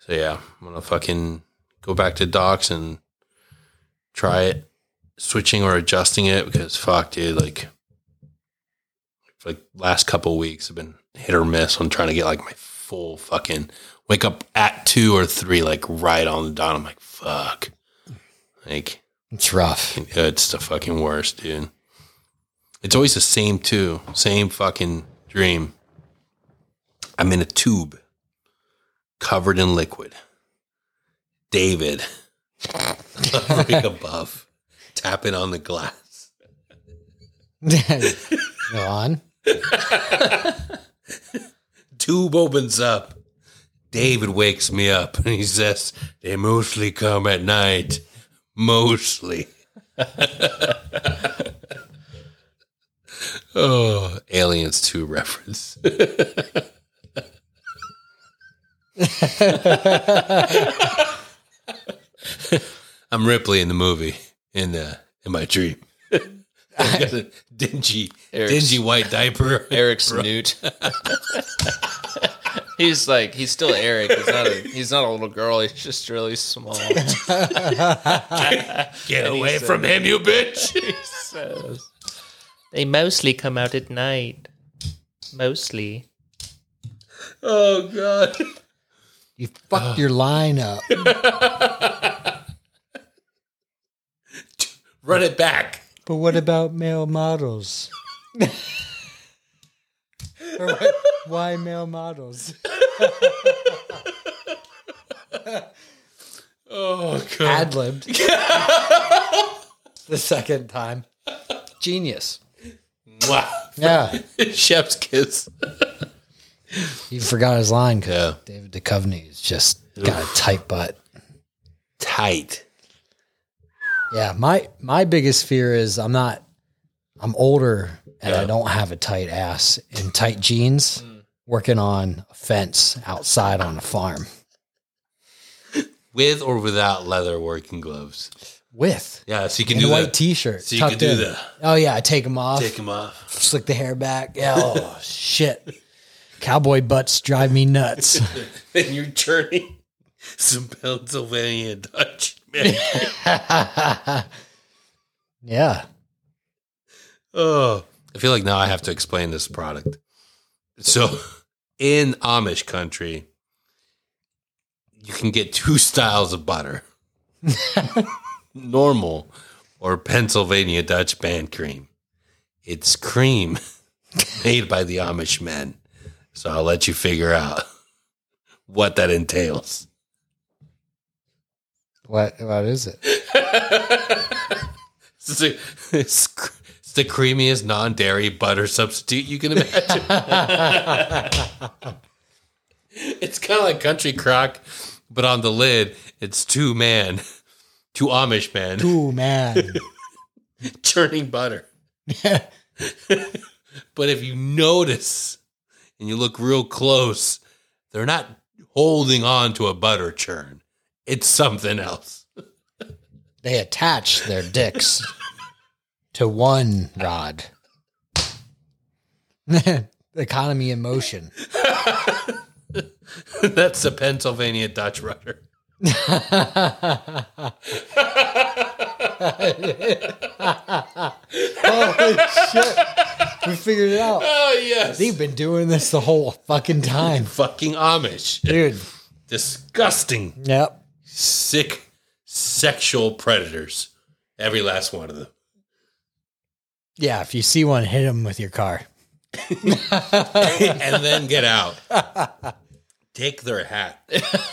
So yeah, I'm gonna fucking go back to docs and try it, switching or adjusting it because fuck, dude, like, for, like last couple weeks I've been hit or miss on trying to get like my full fucking wake up at two or three, like right on the dot. I'm like, fuck, like
It's rough.
it's the fucking worst, dude. It's always the same too, same fucking dream. I'm in a tube, covered in liquid. David, hovering above, tapping on the glass.
Go on.
Tube opens up. David wakes me up and he says, "They mostly come at night, mostly." oh, aliens two reference. I'm Ripley in the movie in uh, in my dream. I got a dingy,
Eric's-
dingy white diaper.
Eric's Newt. he's like he's still Eric. He's not a he's not a little girl. He's just really small.
Get away from him, you bitch!
They mostly come out at night. Mostly.
oh god.
You fucked your line up.
Run it back.
But what about male models? Or why, why male models?
Oh god.
Ad libbed. the second time. Genius.
Wow.
Yeah.
Chef's kiss.
You forgot his line because
Yeah.
David Duchovny has just got a tight butt.
Tight.
Yeah, my my biggest fear is I'm not I'm older and I don't have a tight ass in tight jeans
Mm.
working on a fence outside on a farm
With or without leather working gloves.
with
Yeah, so you can
and a
do
white
that.
t-shirt.
So you can
tucked
do
in.
that.
Oh yeah, I take them off,
Take them off.
slick the hair back. Yeah, oh shit. Cowboy butts drive me nuts.
Then you're turning some Pennsylvania Dutch man.
yeah.
oh. I feel like now I have to explain this product. So in Amish country, you can get two styles of butter. Normal or Pennsylvania Dutch band cream. It's cream made by the Amish men. So I'll let you figure out what that entails.
What what is it?
It's the, it's, cr- it's the creamiest non dairy butter substitute you can imagine. it's kind of like country crock, but on the lid, it's two man, two Amish men
Ooh man.
churning butter. but if you notice and you look real close, they're not holding on to a butter churn, it's something else.
they attach their dicks to one rod. Economy in motion.
That's the Pennsylvania Dutch rudder.
Holy shit. We figured it out.
Oh, yes.
They've been doing this the whole fucking time.
fucking Amish.
Dude.
Disgusting,
Yep.
sick, sexual predators. Every last one of them.
Yeah, if you see one, hit him with your car.
And then get out. Take their hat.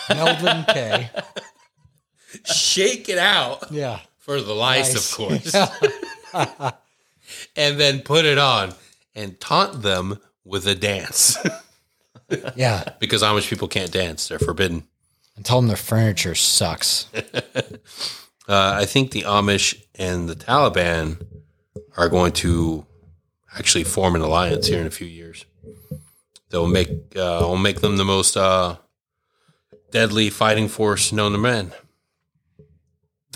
Melvin K.
Shake it out
Yeah.
for the lice,
Lice.
of course. and then put it on and taunt them with a dance.
Yeah.
because Amish people can't dance, they're forbidden.
And tell them their furniture sucks.
Uh, I think the Amish and the Taliban are going to actually form an alliance here in a few years. They'll make uh, will make them the most uh, deadly fighting force known to men.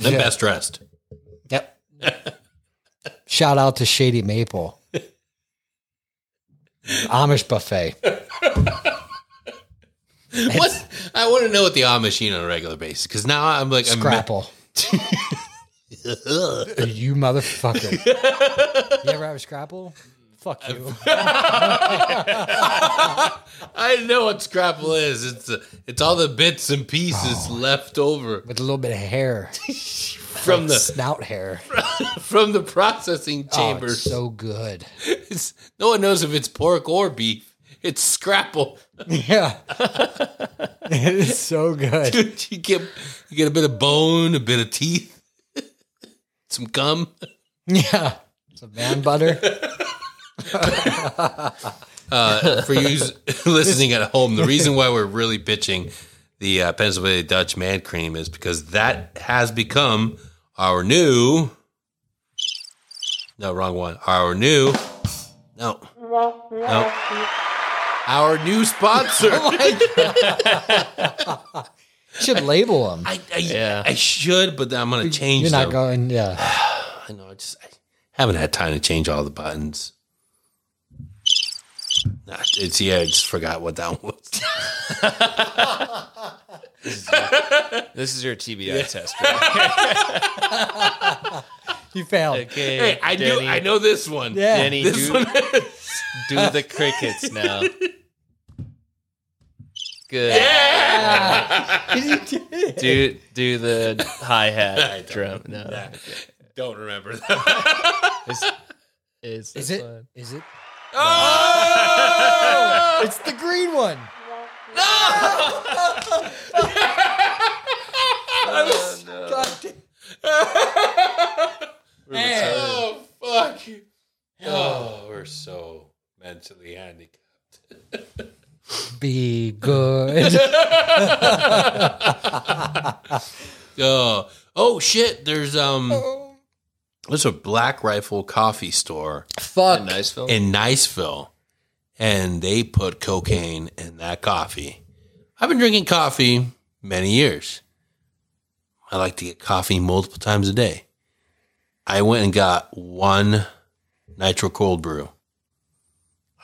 And best dressed.
Yep. Shout out to Shady Maple. Amish buffet.
What? I want to know what the Amish eat on a regular basis because now I'm like I'm
Scrapple. you motherfucker. you ever have a scrapple? Fuck you.
I know what scrapple is. It's uh, it's all the bits and pieces
Oh.
left over
With a little bit of hair.
from the
Snout hair.
from the processing
Oh, it's
chambers.
so good.
It's- no one knows if it's pork or beef. It's scrapple.
Yeah. it is so good.
you get you get a bit of bone, a bit of teeth, some gum.
Yeah. Some man butter.
Uh, for you listening at home, the reason why we're really pitching the uh, Pennsylvania Dutch Man Cream is because that has become our new. No, wrong one. Our new. No. No. Our new sponsor.
Oh should label them.
I, I, I should, but I'm going to change
You're not
them.
going, yeah.
I know. I just I haven't had time to change all the buttons. Nah, it's yeah. I just forgot what that one was.
This is your TBI test. Right?
You failed.
Okay,
Hey, I knew.
Denny,
I know this one.
yeah.
Denny,
This
do,
one.
do the crickets now. Good. Do do the hi hat drum. No,
Don't remember that.
it's this
Is it?
one.
Is it?
Oh!
It's the green one. No! God damn.
Oh, fuck. Oh, we're so mentally handicapped.
Be good.
Oh, oh shit. There's um. There's a Black Rifle coffee store
Fuck.
nice film.
in Niceville, and they put cocaine in that coffee. I've been drinking coffee many years. I like to get coffee multiple times a day. I went and got one nitro cold brew.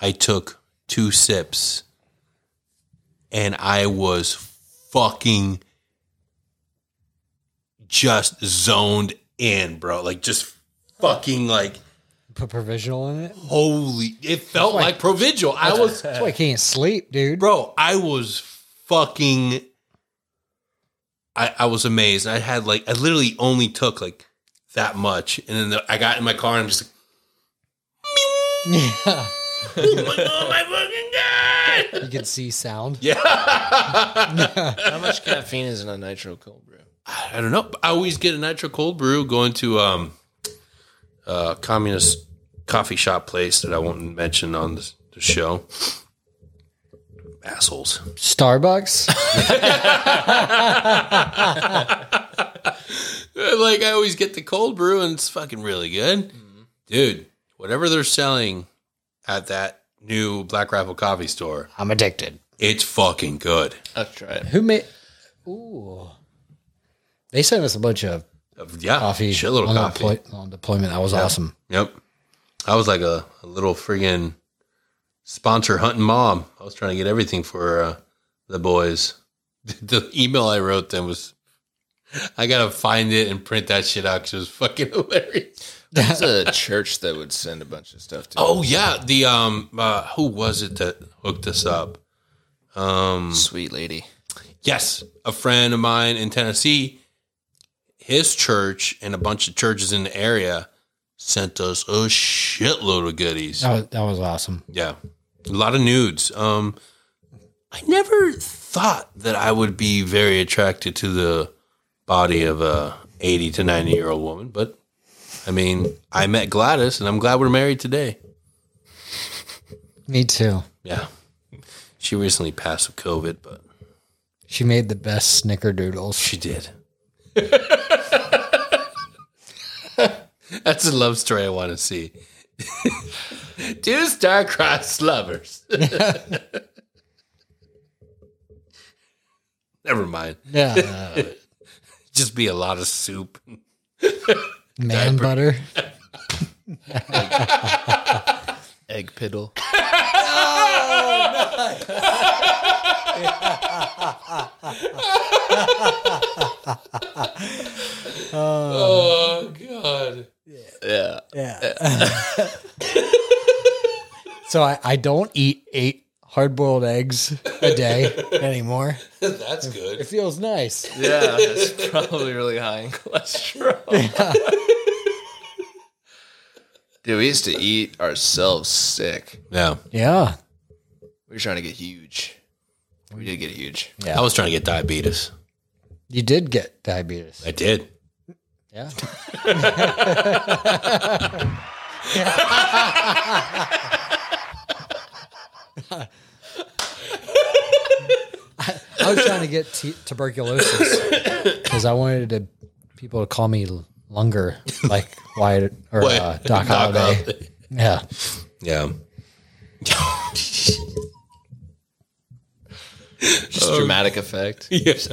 I took two sips and I was fucking just zoned in, bro. Like, just fucking like
Put provisional in it.
Holy! It felt like, Provigil. I was,
That's why I can't sleep, dude.
bro. I was fucking. I I was amazed. I had like I literally only took like that much, and then the, I got in my car and I'm just like,
Yeah.
oh my fucking god!
You can see sound.
Yeah.
How much caffeine is in a nitro cold brew?
I don't know. I always get a nitro cold brew going to um, uh, communist coffee shop place that I won't mention on the, the show. Assholes.
Starbucks.
like I always get the cold brew and it's fucking really good. Dude, whatever they're selling at that new Black Rifle coffee store,
I'm addicted.
it's fucking good.
Let's try it.
Who made? Ooh. They sent us a bunch of
Uh, Yeah,
coffee
shitload
on,
of coffee.
deploy- on deployment. That was awesome.
Yep. I was like a, a little friggin' sponsor hunting mom. I was trying to get everything for uh, the boys. The email I wrote them was, I gotta find it and print that shit out because it was fucking hilarious.
There's a church that would send a bunch of stuff to
Oh yeah, the um, uh, who was it that hooked us up? Um,
sweet lady.
yes, a friend of mine in Tennessee, his church and a bunch of churches in the area sent us a shitload of goodies.
That was, that was awesome.
Yeah, a lot of nudes. Um, I never thought that I would be very attracted to the body of a eighty to ninety year old woman, but I mean, I met Gladys, and I'm glad we're married today.
Me too.
Yeah, she recently passed of COVID, but
She made the best snickerdoodles.
she did. That's a love story I want to see. Two star-crossed lovers. Never mind.
Yeah. uh,
just be a lot of soup.
man butter.
Oh,
Egg piddle.
Oh god.
Yeah.
Yeah. so I, I don't eat eight hard boiled eggs a day anymore.
That's good.
It feels nice.
Yeah. It's probably really high in cholesterol. Dude, we used to eat ourselves sick.
Yeah.
Yeah.
We were trying to get huge. We did get huge.
I was trying to get diabetes.
You did get diabetes.
I did.
Yeah. I was trying to get t- tuberculosis because I wanted to, people to call me l- Lunger, like Wyatt or uh, Doc Holliday. Yeah.
Yeah.
Just dramatic effect.
Yes.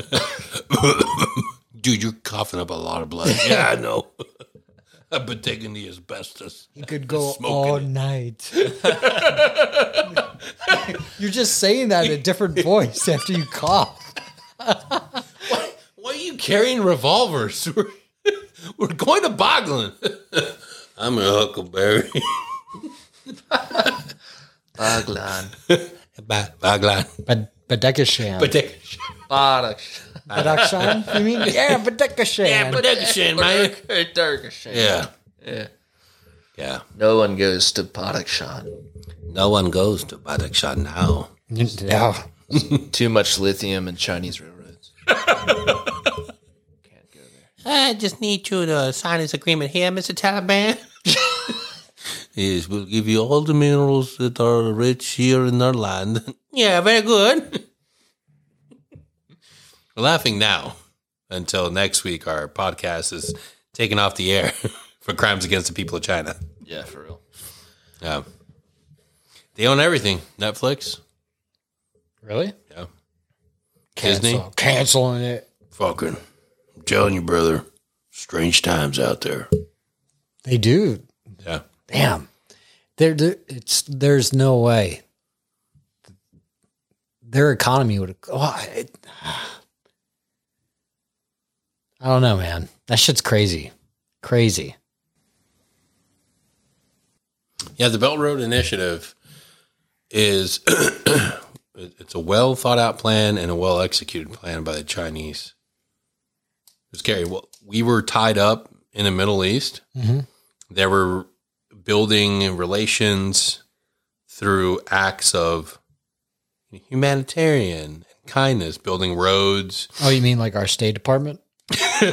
Dude, you're coughing up a lot of blood. Yeah, I know. I've been taking the asbestos.
You could go
Smoking
all
it.
night. You're just saying that in a different voice after you cough.
Why are you carrying revolvers? We're, we're going to Boglin. I'm a Huckleberry.
Baglan.
Bo- Boglin.
Bad- Badekashan.
But take
Badakashan, you mean? Yeah, Badekashan.
production, man.
Turkish.
Yeah.
Yeah.
Yeah.
No one goes to Badakhshan.
No one goes to Badakhshan now.
yeah.
Too much lithium and Chinese railroads.
I just need you to sign this agreement here, Mr. Taliban.
Yes, we'll give you all the minerals that are rich here in our land.
Yeah, very good.
We're laughing now until next week. Our podcast is taken off the air for crimes against the people of China.
Yeah, for real.
Yeah. They own everything Netflix,
Really?
Yeah. Disney.
Cancel, canceling it.
Fucking. I'm telling you, brother. Strange times out there.
They do.
Yeah.
Damn. There, there, it's there's no way. Their economy would. Oh, it, I don't know, man. That shit's crazy, crazy.
Yeah, the Belt Road Initiative is it's a well thought out plan and a well executed plan by the Chinese. It's scary. Well, we were tied up in the Middle East.
Mhm.
They were building relations through acts of humanitarian kindness, building roads.
Oh, you mean like our State Department? but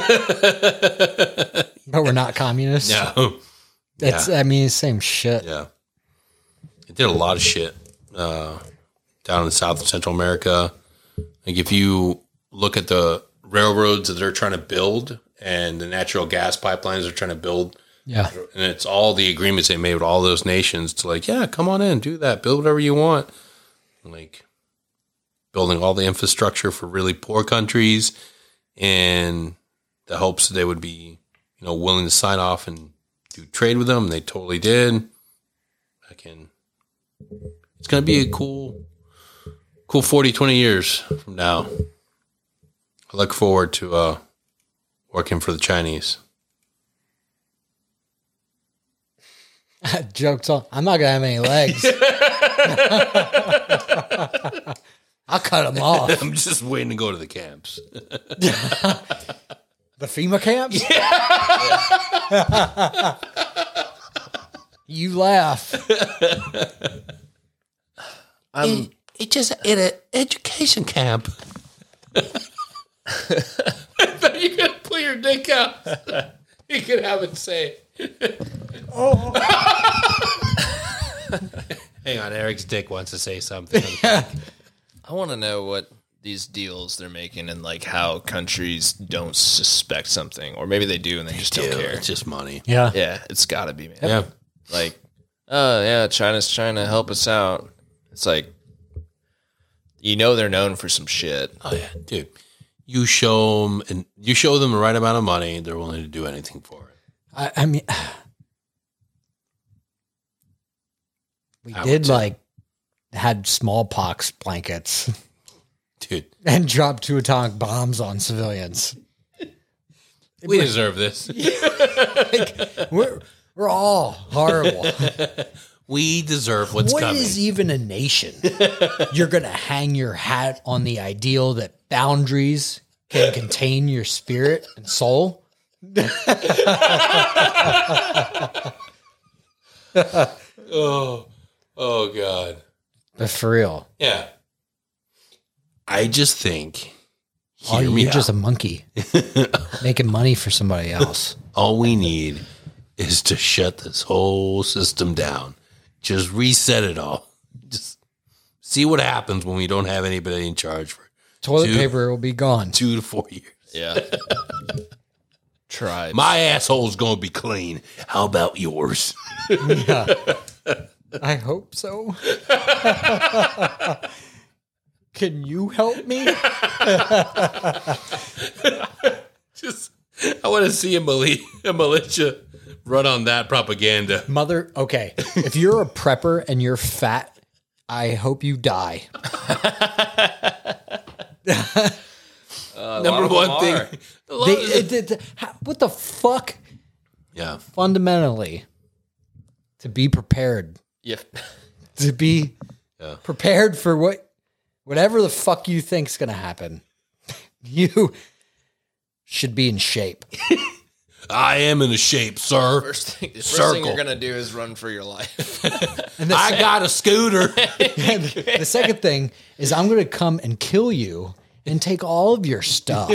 we're not communists.
No,
That's. I mean, it's same shit.
Yeah. It did a lot of shit uh, down in South and Central America. Like, if you look at the railroads that they're trying to build and the natural gas pipelines they're trying to build,
Yeah.
and it's all the agreements they made with all those nations to, like, yeah, come on in, do that, build whatever you want. Like, building all the infrastructure for really poor countries in the hopes that they would be, you know, willing to sign off and do trade with them. And they totally did. I can. It's going to be a cool, cool 40, 20 years from now. I look forward to uh, working for the Chinese.
Jokes on. I'm not gonna have any legs. I'll cut them off.
I'm just waiting to go to the camps.
The FEMA camps? you laugh.
Um,
I'm
It's just in an education camp.
you could pull your dick out. you could have it say. oh. Hang on, Eric's dick wants to say something.
I want to know what these deals they're making and like how countries don't suspect something, or maybe they do and they just don't care.
It's just money.
Yeah.
Yeah, it's got to be man.
Yeah.
Like, oh yeah, China's trying to help us out. It's like, you know, they're known for some shit.
Oh yeah, dude. You show them, and you show them the right amount of money, they're willing to do anything for it.
I, I mean, we
I would
did
too.
like had smallpox blankets
dude,
and drop two atomic bombs on civilians.
we deserve this.
We're we're all horrible.
We deserve what's
What
coming.
is even a nation? You're going to hang your hat on the ideal that boundaries can contain your spirit and soul?
oh, oh God.
But for real,
Yeah. I just think.
all
hear
you-
me
you're
out.
just a monkey making money for somebody else.
All we need is to shut this whole system down. Just reset it all. Just see what happens when we don't have anybody in charge for
Toilet
Dude.
paper will be gone.
two to four years.
Yeah. Tribe.
My asshole's gonna be clean. How about yours?
I hope so. Can you help me?
Just I want to see a, mili- a militia run on that propaganda.
Mother, okay. If you're a prepper and you're fat, I hope you die.
Number
of
one
them
thing. A lot
They,
of the-
it, it, how- what the fuck?
yeah.
fundamentally to be prepared
Yeah.
to be
Yeah.
prepared for what whatever the fuck you think's going to happen you should be in shape
I am in a shape, sir.
First thing, first thing
Circle.
you're gonna do is run for your life.
I got a scooter.
the second thing is i'm going to come and kill you and take all of your stuff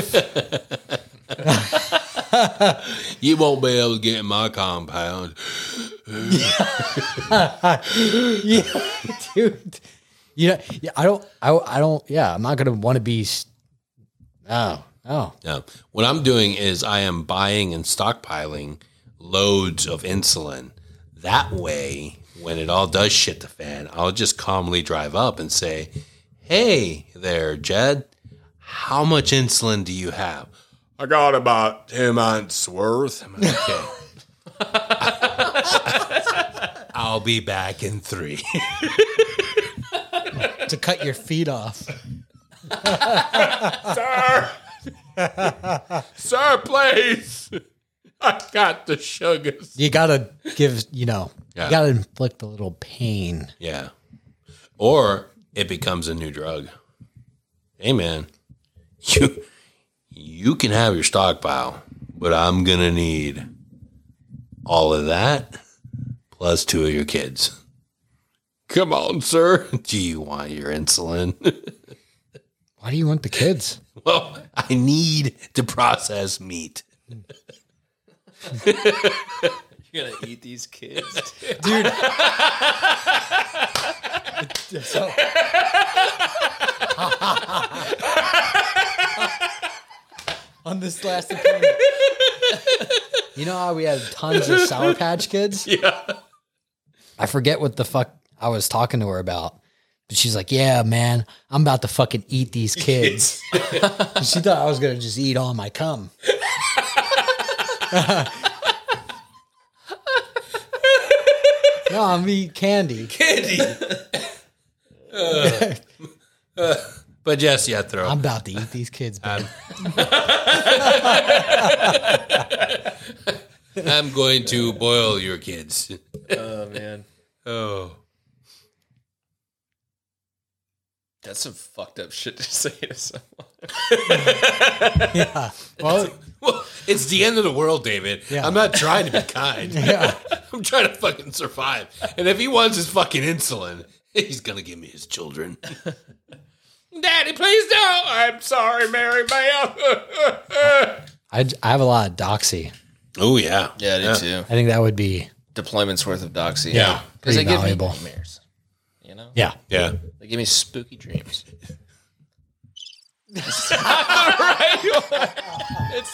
You won't be able to get in my compound.
yeah dude you know, yeah i don't I, I don't yeah i'm not going to want to be s- no no
No. What I'm doing is I am buying and stockpiling loads of insulin. That way, when it all does shit the fan, I'll just calmly drive up and say, Hey there, Jed, how much insulin do you have? I got about 10 months worth. I'm like, okay. I'll be back in three.
to cut your feet off
Sir, please. I got the sugars.
you gotta give you know
Yeah.
you gotta inflict a little pain
Yeah. Or it becomes a new drug. Hey man, you you can have your stockpile, but I'm gonna need all of that plus two of your kids. Come on, sir. Do you want your insulin?
why do you want the kids
well, I need to process meat.
you're gonna eat these kids.
on this last appearance. you know how we had tons of Sour Patch Kids? Yeah. I forget what the fuck I was talking to her about, but she's like, "Yeah, man, I'm about to fucking eat these kids." she thought I was gonna just eat all my cum. no, I'm eating candy.
But yes, yeah, throw.
I'm about to eat these kids, man.
I'm going to boil your kids.
oh man.
Oh.
That's some fucked up shit to say to someone.
yeah. Well,
Well, it's the end of the world, David.
Yeah.
I'm not trying to be kind.
yeah.
I'm trying to fucking survive. And if he wants his fucking insulin, he's gonna give me his children. Daddy, please don't. I'm sorry, Mary Bell.
I, I have a lot of doxy.
oh yeah.
Yeah, I do too.
I think that would be
Deployments worth of doxy.
Yeah.
Because they
Pretty
give me
valuable.
nightmares. You know?
yeah.
Yeah.
They give me spooky dreams. it's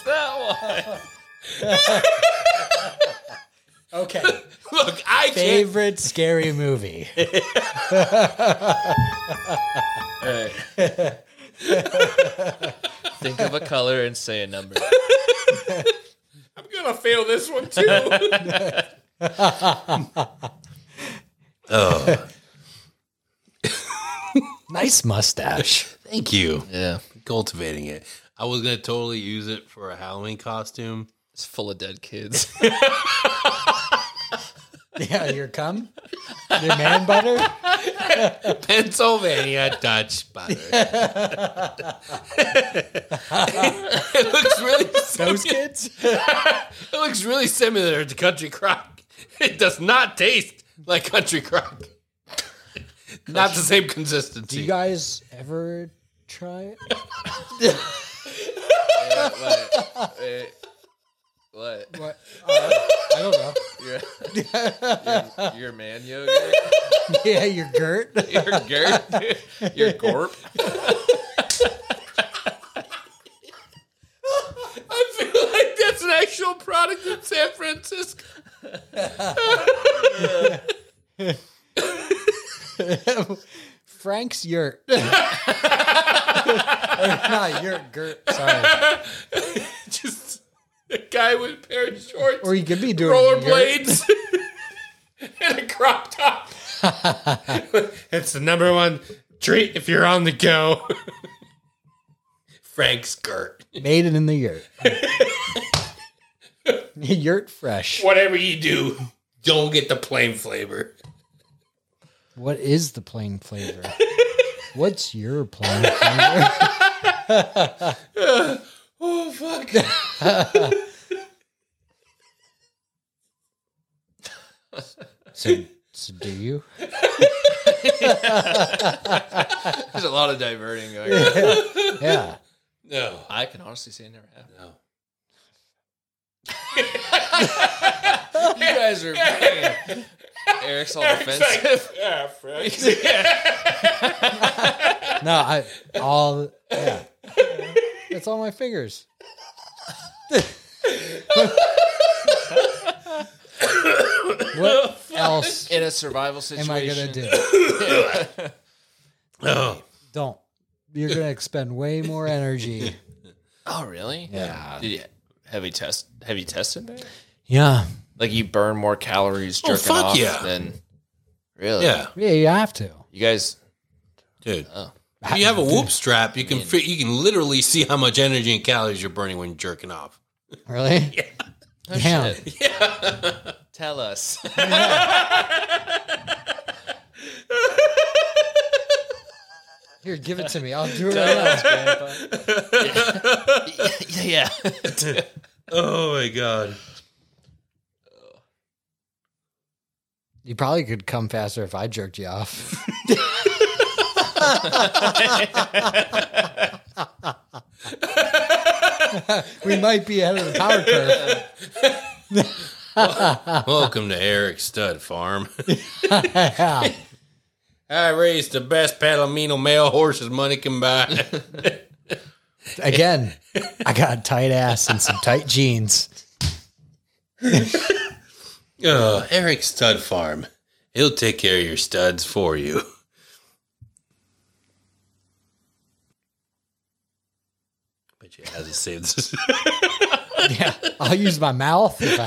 that one.
Okay.
Look, I can't
Favorite scary movie.
Think of a color and say a number.
I'm gonna fail this one too. oh.
Nice mustache.
Thank you.
Yeah.
Cultivating it. I was gonna totally use it for a Halloween costume.
It's full of dead kids.
Yeah, your cum, your man butter.
Pennsylvania Dutch butter. it looks really similar.
Those kids.
It looks really similar to country crock. It does not taste like country crock. not the same consistency.
Do you guys ever try it?
what?
What? Uh, I don't know.
You're, you're, you're man yoga?
Yeah, your girt.
Your Gert? Your Gorp?
I feel like that's an actual product in San Francisco.
Frank's yurt. Or not yurt, girt. Sorry.
Just a guy with a pair of shorts,
Or you could be doing yurt.
rollerblades, and a crop top. it's the number one treat if you're on the go. Frank skirt.
Made it in the yurt. yurt fresh.
Whatever you do, don't get the plain flavor.
What is the plain flavor? What's your plain flavor?
Oh fuck!
So, so do you?
There's a lot of diverting going on.
Yeah.
No,
I can honestly say I never have.
no.
You guys are. fucking- Eric's all defensive.
Yeah, Frank.
No, I all yeah. That's all my fingers. what else
In a survival
am
situation.
I gonna do?
Oh,
Don't. You're gonna expend way more energy.
Oh, really?
Yeah.
Did you, have you test? Have you tested that?
Yeah.
Like you burn more calories jerking
fuck
off
yeah.
than really?
yeah,
Oh, Yeah, you have to.
You guys,
dude. If you have a whoop strap, you can fi- you can literally see how much energy and calories you're burning when jerking off.
Really? Yeah. Oh, Damn.
uh, tell us.
Here, give it to me. I'll do it right now.
yeah.
Oh my god.
You probably could come faster if I jerked you off. we might be ahead of the power curve.
Welcome to Eric Stud Farm.
Yeah.
I raise the best palomino male horses money can buy.
Again, I got a tight ass and some tight jeans.
oh, Eric Stud Farm. He'll take care of your studs for you. Bet you hasn't saved this.
Yeah, I'll use my mouth if I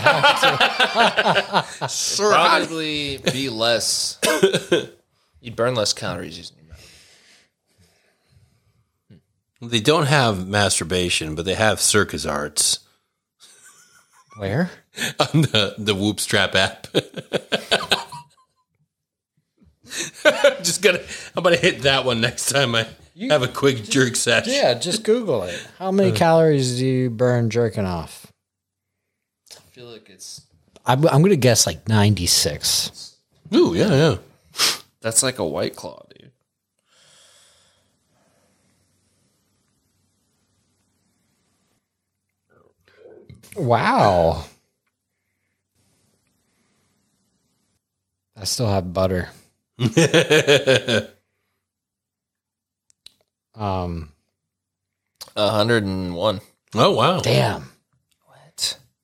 have to.
Probably be less. You'd burn less calories using your mouth.
they don't have masturbation, but they have circus arts
Where?
on the, the Whoop Strap app. Just gonna, I'm gonna hit that one next time I have a quick jerk session.
Yeah, just Google it. How many calories do you burn jerking off?
I feel like it's
I'm, I'm going to guess like 96.
Ooh, yeah, yeah.
that's like a white claw, dude.
Wow. I still have butter. um,
hundred and one.
Oh wow.
damn.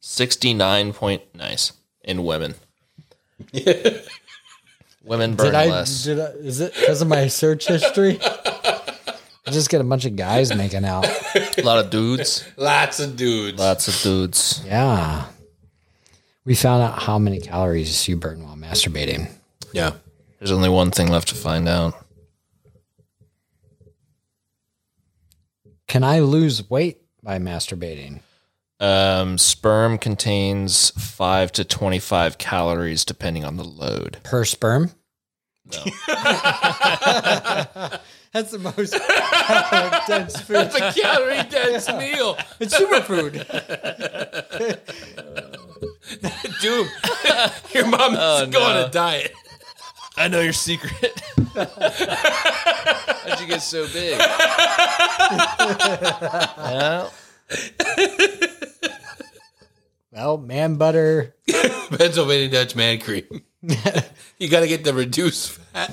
Sixty nine point nice in women. women burn
Did I,
less.
did I, is it because of my search history? I just get a bunch of guys making out.
a lot of dudes.
Lots of dudes.
Lots of dudes.
Yeah. We found out how many calories you burn while masturbating.
Yeah.
There's only one thing left to find out.
Can I lose weight by masturbating?
Um, sperm contains five to twenty-five calories, depending on the load.
Per sperm? That's the most dense food.
The calorie dense meal.
It's superfood.
Dude, your mom is going on a diet.
I know your secret.
How'd you get so big?
Well, man butter.
Pennsylvania Dutch man cream. you got to get the reduced fat.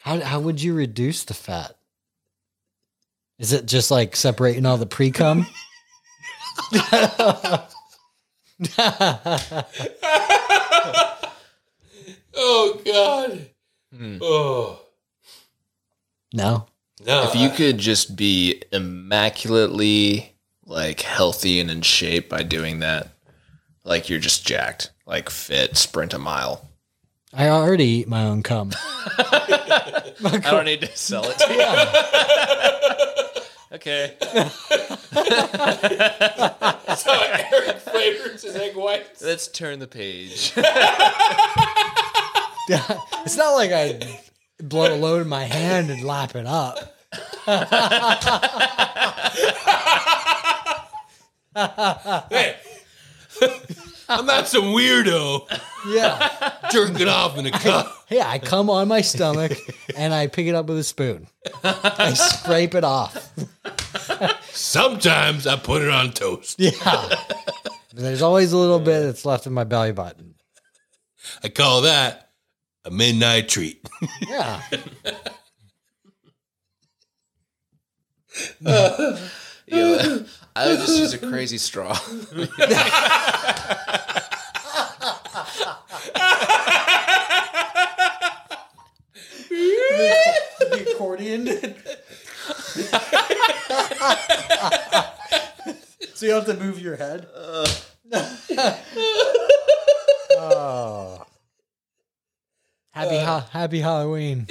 How, how would you reduce the fat? Is it just like separating all the pre cum?
Oh, God. Oh.
No.
No.
If you could just be immaculately like healthy and in shape by doing that, like you're just jacked, like fit, sprint a mile.
I already eat my own cum.
I don't need to sell it to you.
Okay.
flavors his egg whites.
Let's turn the page.
It's not like I blow a load in my hand and lap it up.
I'm not some weirdo
Yeah.
jerking off in a cup.
Hey, I cum on my stomach and I pick it up with a spoon. I scrape it off.
Sometimes I put it on toast.
Yeah. There's always a little bit that's left in my belly button.
I call that a midnight treat.
Yeah.
Yeah, I would just use a crazy straw.
The accordion. so you have to move your head. oh. Happy, ha- happy Halloween.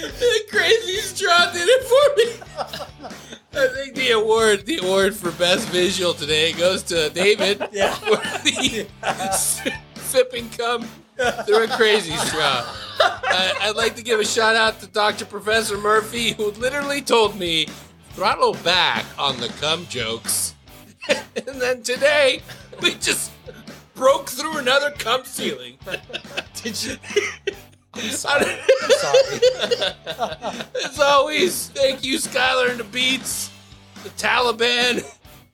the crazy straw did it for me. I think the award, the award for best visual today goes to David for the sip and cum through a crazy straw. I, I'd like to give a shout out to Dr. Professor Murphy, who literally told me throttle back on the cum jokes, and then today we just broke through another cum ceiling. Did you? I'm sorry. As always, thank you, Skylar and the Beats, the Taliban,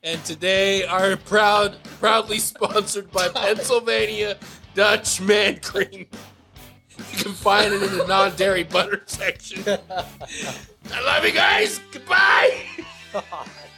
and today are proud, proudly sponsored by Pennsylvania Dutch Man Cream. You can find it in the non-dairy butter section. I love you guys. Goodbye.